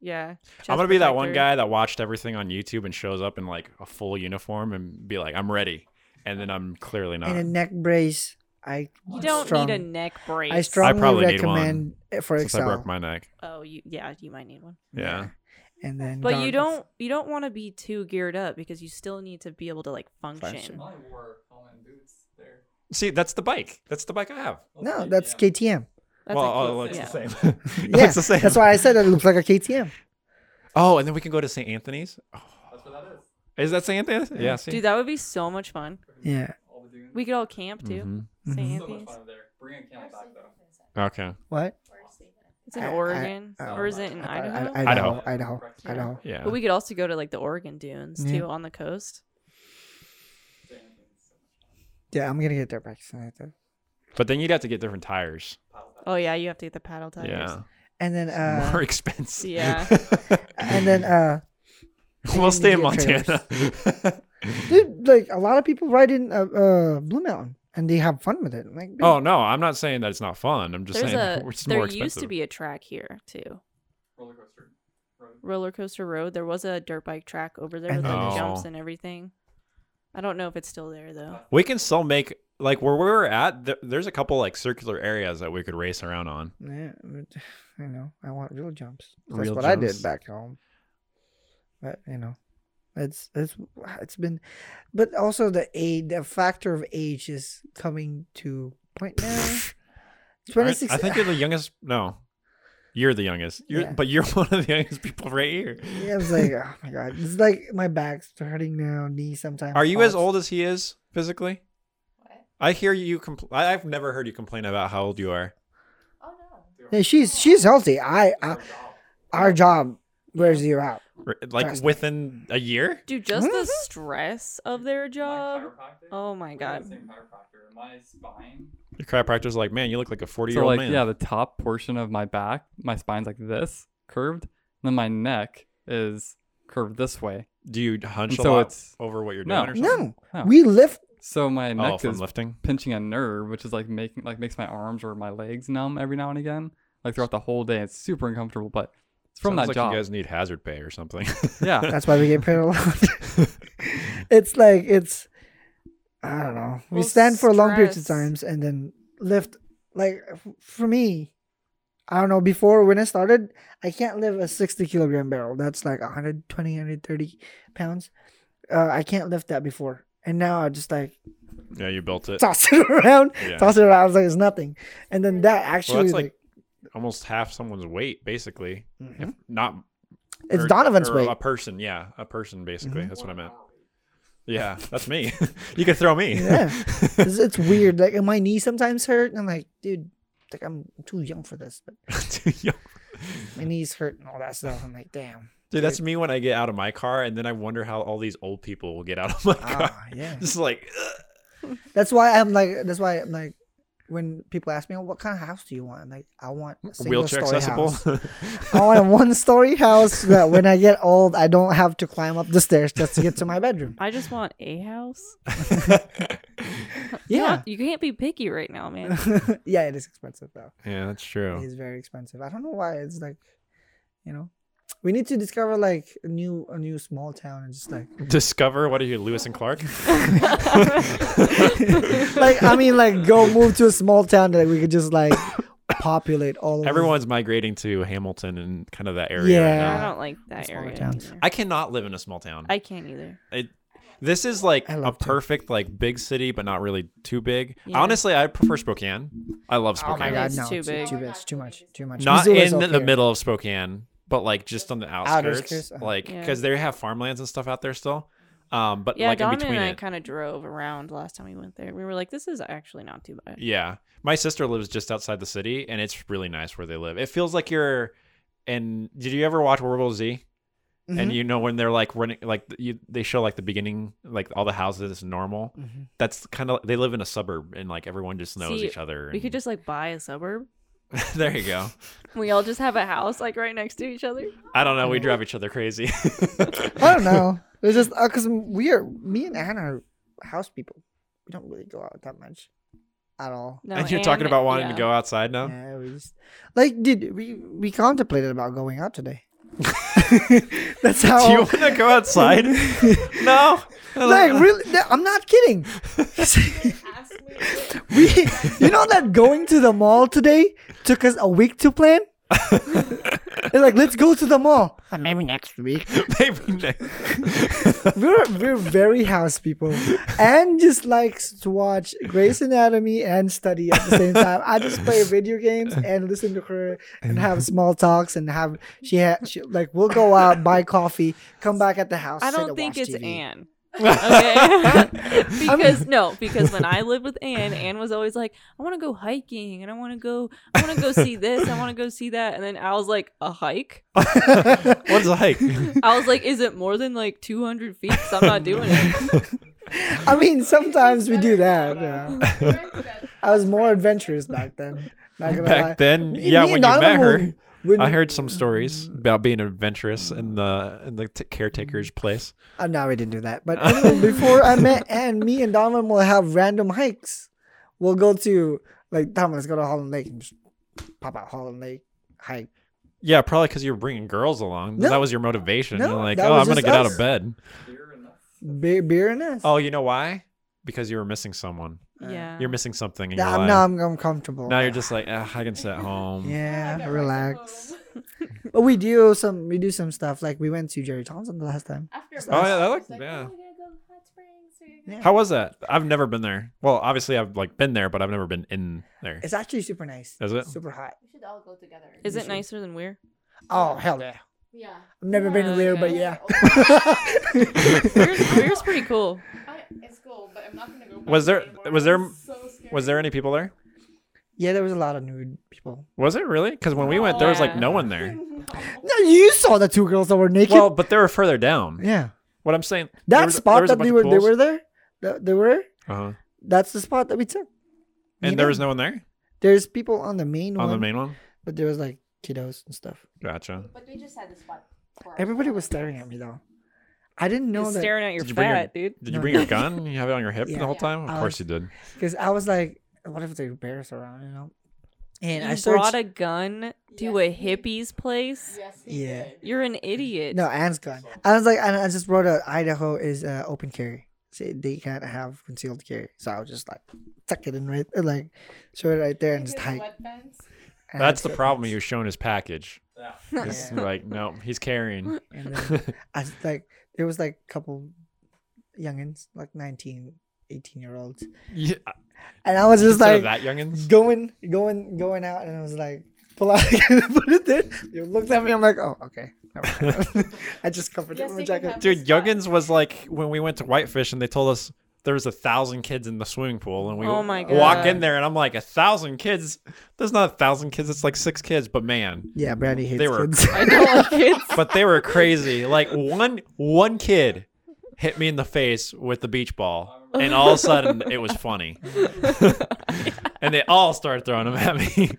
Yeah,
I'm
chest
gonna be that one
protector.
guy that watched everything on YouTube and shows up in like a full uniform and be like, "I'm ready," and then I'm clearly not.
and a neck brace i
You don't
strong-
need a neck brace.
i strongly
probably need one,
recommend it for
since I
excel
broke my neck.
Oh, you yeah, you might need one.
Yeah.
and then
But
goggles.
you don't you don't want to be too geared up because you still need to be able to like function.
Function.
I wore helmet boots there.
See, that's the bike. That's the bike I have.
Oh,
no that's ktm
That's
well,
like-
oh, it looks
yeah.
the same. it
yeah
looks the same.
that's why i said it looks like a ktm
Oh, and then we can go to St. Anthony's. Oh,
That's what that is.
is that St. Anthony's? Yeah. see?
Dude, that would be so much fun.
yeah
All the dudes.
We could all camp too.
Mhm.
Mhm.
St.
so much
Anthony's.
fun over there. Bring a camel back though.
Oh,
Okay.
what
It's in
I- I-
Oregon,
oh,
or is it in
I- I-
Idaho?
I-
Idaho.
idaho idaho
Yeah.
idaho
Yeah.
But we could also go to like the Oregon dunes
Yeah.
too on the coast.
yeah i'm gonna get their bikes and that.
but then you'd have to get different tires.
Oh yeah, you have to get the paddle tires.
Yeah.
and then uh
More expensive.
Yeah.
and then uh
we'll stay in
you get
Montana.
dude, like a lot of people ride in uh, uh Blue Mountain and they have fun with it. Like, dude,
oh no, I'm not saying that it's not fun. I'm just
There's
saying
a
it's
there
more
used
expensive.
to be a track here too.
Roller coaster. Road.
Roller coaster road. There was a dirt bike track over there
And
with like
then-
jumps
Oh.
and everything. I don't know if it's still there though.
we can still make like where we were at. Th- there's a couple like circular areas that we could race around on.
yeah, but, you know, I want real jumps. That's
Real
what I
jumps.
did back home. But you know, it's it's it's been, but also the age, the factor of age is coming to point now. Twenty
Aren't-
six.
I think you're the youngest. No, you're the youngest. You're,
Yeah.
But you're one of the youngest people right here.
Yeah, I was like, oh my god, it's like my back's hurting now, knee sometimes.
Are you as
calves.
old as he is physically?
What?
I hear you. Compl- I- I've never heard you complain about how old you are.
Oh no.
Yeah, she's she's healthy. I, I
Oh.
our job wears you out.
R- Like
Fast.
within a year.
Dude, just
Mhm.
the stress of their job. Oh my god.
My spine.
Your chiropractor's like, man, you look like a 40 year
So
old
like
man.
yeah, the top portion of my back, my spine's like this, curved, and then my neck is curved this way.
Do you hunch
And
a
so
lot
it's-
over what you're
No.
doing or something?
No,
Huh.
we lift
So my
Oh,
neck
from
is
lifting.
pinching a nerve, which is like making like makes my arms or my legs numb every now and again, like throughout the whole day. It's super uncomfortable, but it's from
Sounds
that
like
job.
You guys need hazard pay or something.
yeah,
That's why we get paid a lot. it's like it's I don't know. We
Well,
stand for long periods of
stress.
times and then lift. Like f- for me, I don't know. Before when I started, I can't lift a sixty kilogram barrel. That's like 120, 130 pounds. Uh, I can't lift that before, and now I just like
yeah, you built it.
toss it around,
Yeah.
toss it around. I was like it's nothing, and then that
Well,
actually
that's
like,
like almost half someone's weight, basically.
Mhm.
If not,
it's
or-
Donovan's
or
weight.
A person, yeah, a person, basically.
Mhm.
That's what I meant. Yeah, that's me. you could throw me.
Yeah. it's, it's weird. Like and my knee sometimes hurt, and I'm like, dude, like I'm too young for this. But
Dude, yo-
my knees hurt and all that stuff. I'm like, damn.
Dude, that's me when I get out of my car, and then I wonder how all these old people will get out of my car.
Ah, yeah.
Just like, ugh.
That's why I'm like. That's why I'm like. When people ask me, "Oh, "What kind of house do you want?" I'm like, "I want a single
wheelchair
story
accessible.
house. I want a one-story house that when I get old, I don't have to climb up the stairs just to get to my bedroom."
I just want a house. You,
Yeah,
don't- you can't be picky right now, man.
yeah, it is expensive though.
yeah, that's
It
true.
is very expensive. I don't know why it's like, you know, We need to discover like a new a new small town and just like
Discover what are you, Lewis and Clark?
like I mean like go move to a small town that we could just like populate all of
Everyone's migrating to Hamilton and kind of that area
Yeah.
right
I
now.
don't like that
smaller
area.
towns.
either.
I cannot live in a small town.
I can't either.
it, this is like
I
a
love Tokyo.
perfect like big city, but not really too big.
Yeah.
Honestly, I prefer Spokane. I love Spokane.
Oh my
It
god,
is
no,
too
it's
big.
too much, too much, too much.
Not
Missoula's
in
up
the
here.
middle of Spokane, but like just on the outskirts,
Outskirts, uh-huh.
like
Yeah.
because they have farmlands and stuff out there still. Um, but
Yeah,
like
Don
in between
and I
it,
kind of drove around last time we went there. We were like, this is actually not too bad.
yeah. My sister lives just outside the city, and it's really nice where they live. It feels like you're. And did you ever watch World War Z? and
Mhm.
you know when they're like running like you, they show like the beginning like all the houses is normal
Mhm.
that's kind of they live in a suburb and like everyone just knows
See,
each other
We could
and-
just like buy a suburb.
there you go
We all just have a house like right next to each other.
i don't know we drive each other crazy
I don't know. It's just because we are me and Anna are house people. We don't really go out that much at all.
No,
and you're talking about wanting
yeah.
to go outside now
Yeah, we just like did we we contemplated about going out today. That's how
do you uh, want to go outside no
Oh. like really no, I'm not kidding.
Ask me. if it-
We you know that going to the mall today took us a week to plan? It's like let's go to the mall. Uh, Maybe next week.
Maybe next-
We're we're very house people, and just likes to watch Grey's Anatomy and study at the same time. I just play video games and listen to her and have small talks and have she had she, like we'll go out buy coffee, come back at the house.
I
sit
don't
and
think
watch
it's
TV.
Anne. Okay. because no, because when I lived with Anne, Anne was always like, I want to go hiking and I want to go I want to go see this, I want to go see that. And then I was like, a hike?
what's it like
I was like, is it more than like 200 feet? Cuz I'm not doing it.
I mean, sometimes we do that.
Better
yeah.
than that.
I was more adventurous back then. Not gonna lie.
back then
Me-
yeah
me
when
and
you
Donovan
met her
will- when-
i heard some stories about being adventurous in the in the t- caretaker's place
Uh, no, we didn't do that. But anyway, before I met Anne, me and Donovan will have random hikes. We'll go to like Donovan, let's go to Holland Lake. Just pop out Holland Lake, hike.
Yeah, probably because you were bringing girls along.
No.
That was your motivation.
No,
You're like,
that
oh, I'm
was
going to
just
get out
us.
of bed.
Beer, beer and us.
Oh, you know why? Because you were missing someone.
Yeah.
You're missing something in
Yeah,
your
Uh,
life.
I'm, now I'm uncomfortable.
Now you're just like, ah, I can sit at home.
yeah,
got
relax. but we do some we do some stuff like we went to Jerry Thompson the last time.
After
Oh,
brunch,
yeah, that
I was
looked-
like,
yeah.
Oh, we gotta go to hot springs. We gotta go.
Yeah.
How was that? I've never been there. Well, obviously, I've like been there, but I've never been in there.
It's actually super nice.
Is it?
Super hot.
We should all go together.
Is it nicer than Weir?
Oh hell yeah.
Yeah.
I've never been to
Yeah,
Lear,
okay.
but yeah.
Weir's, Weir's pretty cool.
I, it's cool, but I'm not gonna go.
Was
back
there-
anymore.
was there-
I'm so scared.
Was there any people there?
Yeah, there was a lot of nude people.
Was it really? Because when we went, there was like no one there.
No, you saw the two girls that were naked.
Well, but they were further down.
yeah.
What I'm saying,
That
there was- there
spot
was a
that
bunch
they
of
were they
pools.
were there, that they were.
Uh-huh.
That's the spot that we took.
and there was no one there
There's people on the main
on
one,
the main one.
but there was like kiddos and stuff.
Gotcha.
But we just had the spot. for
Everybody was
ourselves.
staring at me though. I didn't know
He's
that
staring at your
Did you bring your-
fat, dude.
Did
No,
you bring
no.
your gun? You have it on your hip
Yeah. Uh,
the whole
Yeah.
time? Of
I
course
was-
you did.
because I was like, what if they bear us around, you know? And I
you
searched.
brought a gun to a
Yes, he-
hippie's place.
Yes. he
Yeah.
did.
You're an idiot.
no, Anne's gun. I was like, and I just wrote, a, Idaho is uh, open carry. See, they can't have concealed carry, so I was just like, tuck it in right, like, show it right there and
Because
just
of
hike.
wet fence.
And I
That's the
showed-
problem. He was shown his package. He's
Yeah.
like, no, he's carrying.
And then I was like, there was like a couple youngins, like 19, 18 year olds,
yeah,
and I was just
instead
like,
of that youngins.
going, going, going out, and I was like, pull out, put it there. You looked at me. I'm like, oh, okay. Never mind. I just covered
Yes,
it with
you
a
can
jacket.
Dude,
have-
youngins was like when we went to Whitefish and they told us there was a thousand kids in the swimming pool, and we
Oh my
walk
God.
in there and I'm like, a thousand kids? There's not a thousand kids. It's like six kids, but man,
yeah, Brandy hates
They were-
kids.
I don't like kids.
but they were crazy. Like one one kid hit me in the face with the beach ball, and all of a sudden it was funny, and they all started throwing them at me.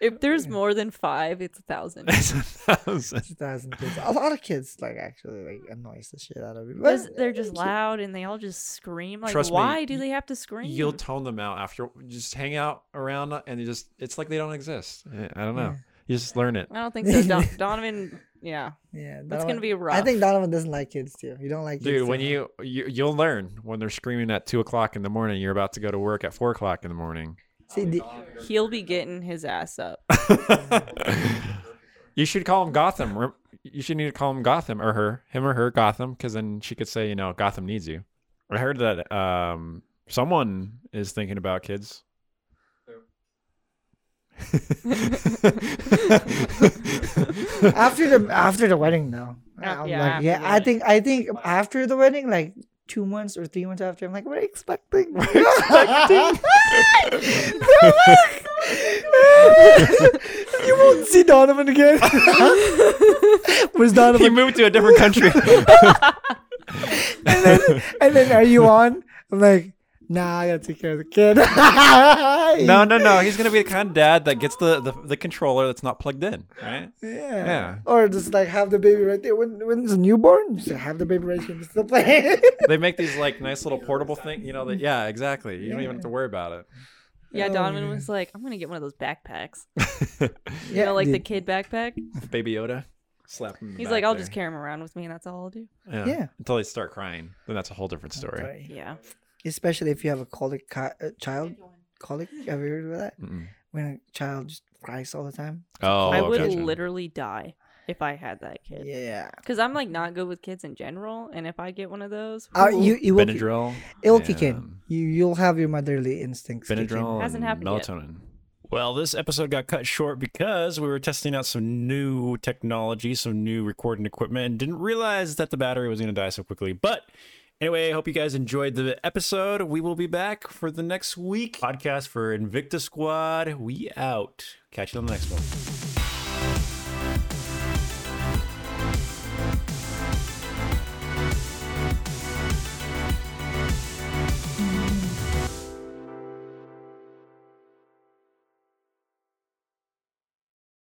If there's more than five, it's a thousand.
It's a thousand.
2000 kids. A lot of kids like actually like annoys the shit out of me.
Because
But-
they're just loud and they all just scream. Like,
Trust me,
why do
y-
they have to scream?
You'll tone them out after. Just hang out around, and they just it's like they don't exist. I I don't know. You just learn it.
I don't think so. Don- Donovan yeah.
Yeah,
That's gonna
Donovan-
be rough.
I think Donovan doesn't like kids too. You don't like kids
Dude,
too
when
much.
you, you you'll learn when they're screaming at two o'clock in the morning, you're about to go to work at four o'clock in the morning.
see the,
he'll be getting his ass up.
you should call him Gotham. Rem- You should need to call him Gotham or her, him or her Gotham, because then she could say, you know, Gotham needs you. I heard that um, someone is thinking about kids.
after the after the wedding though.
Af-
I'm
Oh, yeah,
like,
after
yeah.
the
I
wedding.
think I think after the wedding, like two months or three months after, I'm like, we're expecting. We're you won't see Donovan again. Where's
he
Donovan?
moved to a different country.
And then, and then are you on? I'm like, nah, I gotta take care of the kid.
no,
no,
no, no. He's gonna be the kind of dad that gets the, the, the controller that's not plugged in, right?
Yeah.
Yeah.
Or just like have the baby right there when when it's a newborn. Just have the baby right here. Just to play.
They make these like nice little portable thing, you know. That yeah, exactly. You don't even have to worry about it.
Yeah,
Oh,
Donovan
man.
was like, I'm gonna get one of those backpacks.
yeah,
You know, like the
dude.
kid backpack.
Baby Yoda, slap him. in the
He's
back
like, I'll
there.
just carry him around with me, and that's all I'll do.
Yeah.
Yeah.
Until they start crying, then that's a whole different story.
Sorry.
Yeah.
Especially if you have a colic ki- uh, child. Colic. Have you heard of that?
Mm-mm.
When a child just cries all the time.
Oh,
I would
gotcha.
literally die if I had that kid.
Yeah.
Cause I'm like not good with kids in general, and if I get one of those,
Uh, you
whew,
it will ki-
Benadryl.
it will kick in.
and
You you'll have your motherly instincts. kick in.
Benadryl.
Hasn't
and
happened yet.
Melatonin.
Well, this episode got cut short because we were testing out some new technology, some new recording equipment, and didn't realize that the battery was going to die so quickly. But anyway, I hope you guys enjoyed the episode. We will be back for the next week podcast for Invicta Squad. We out. Catch you on the next one.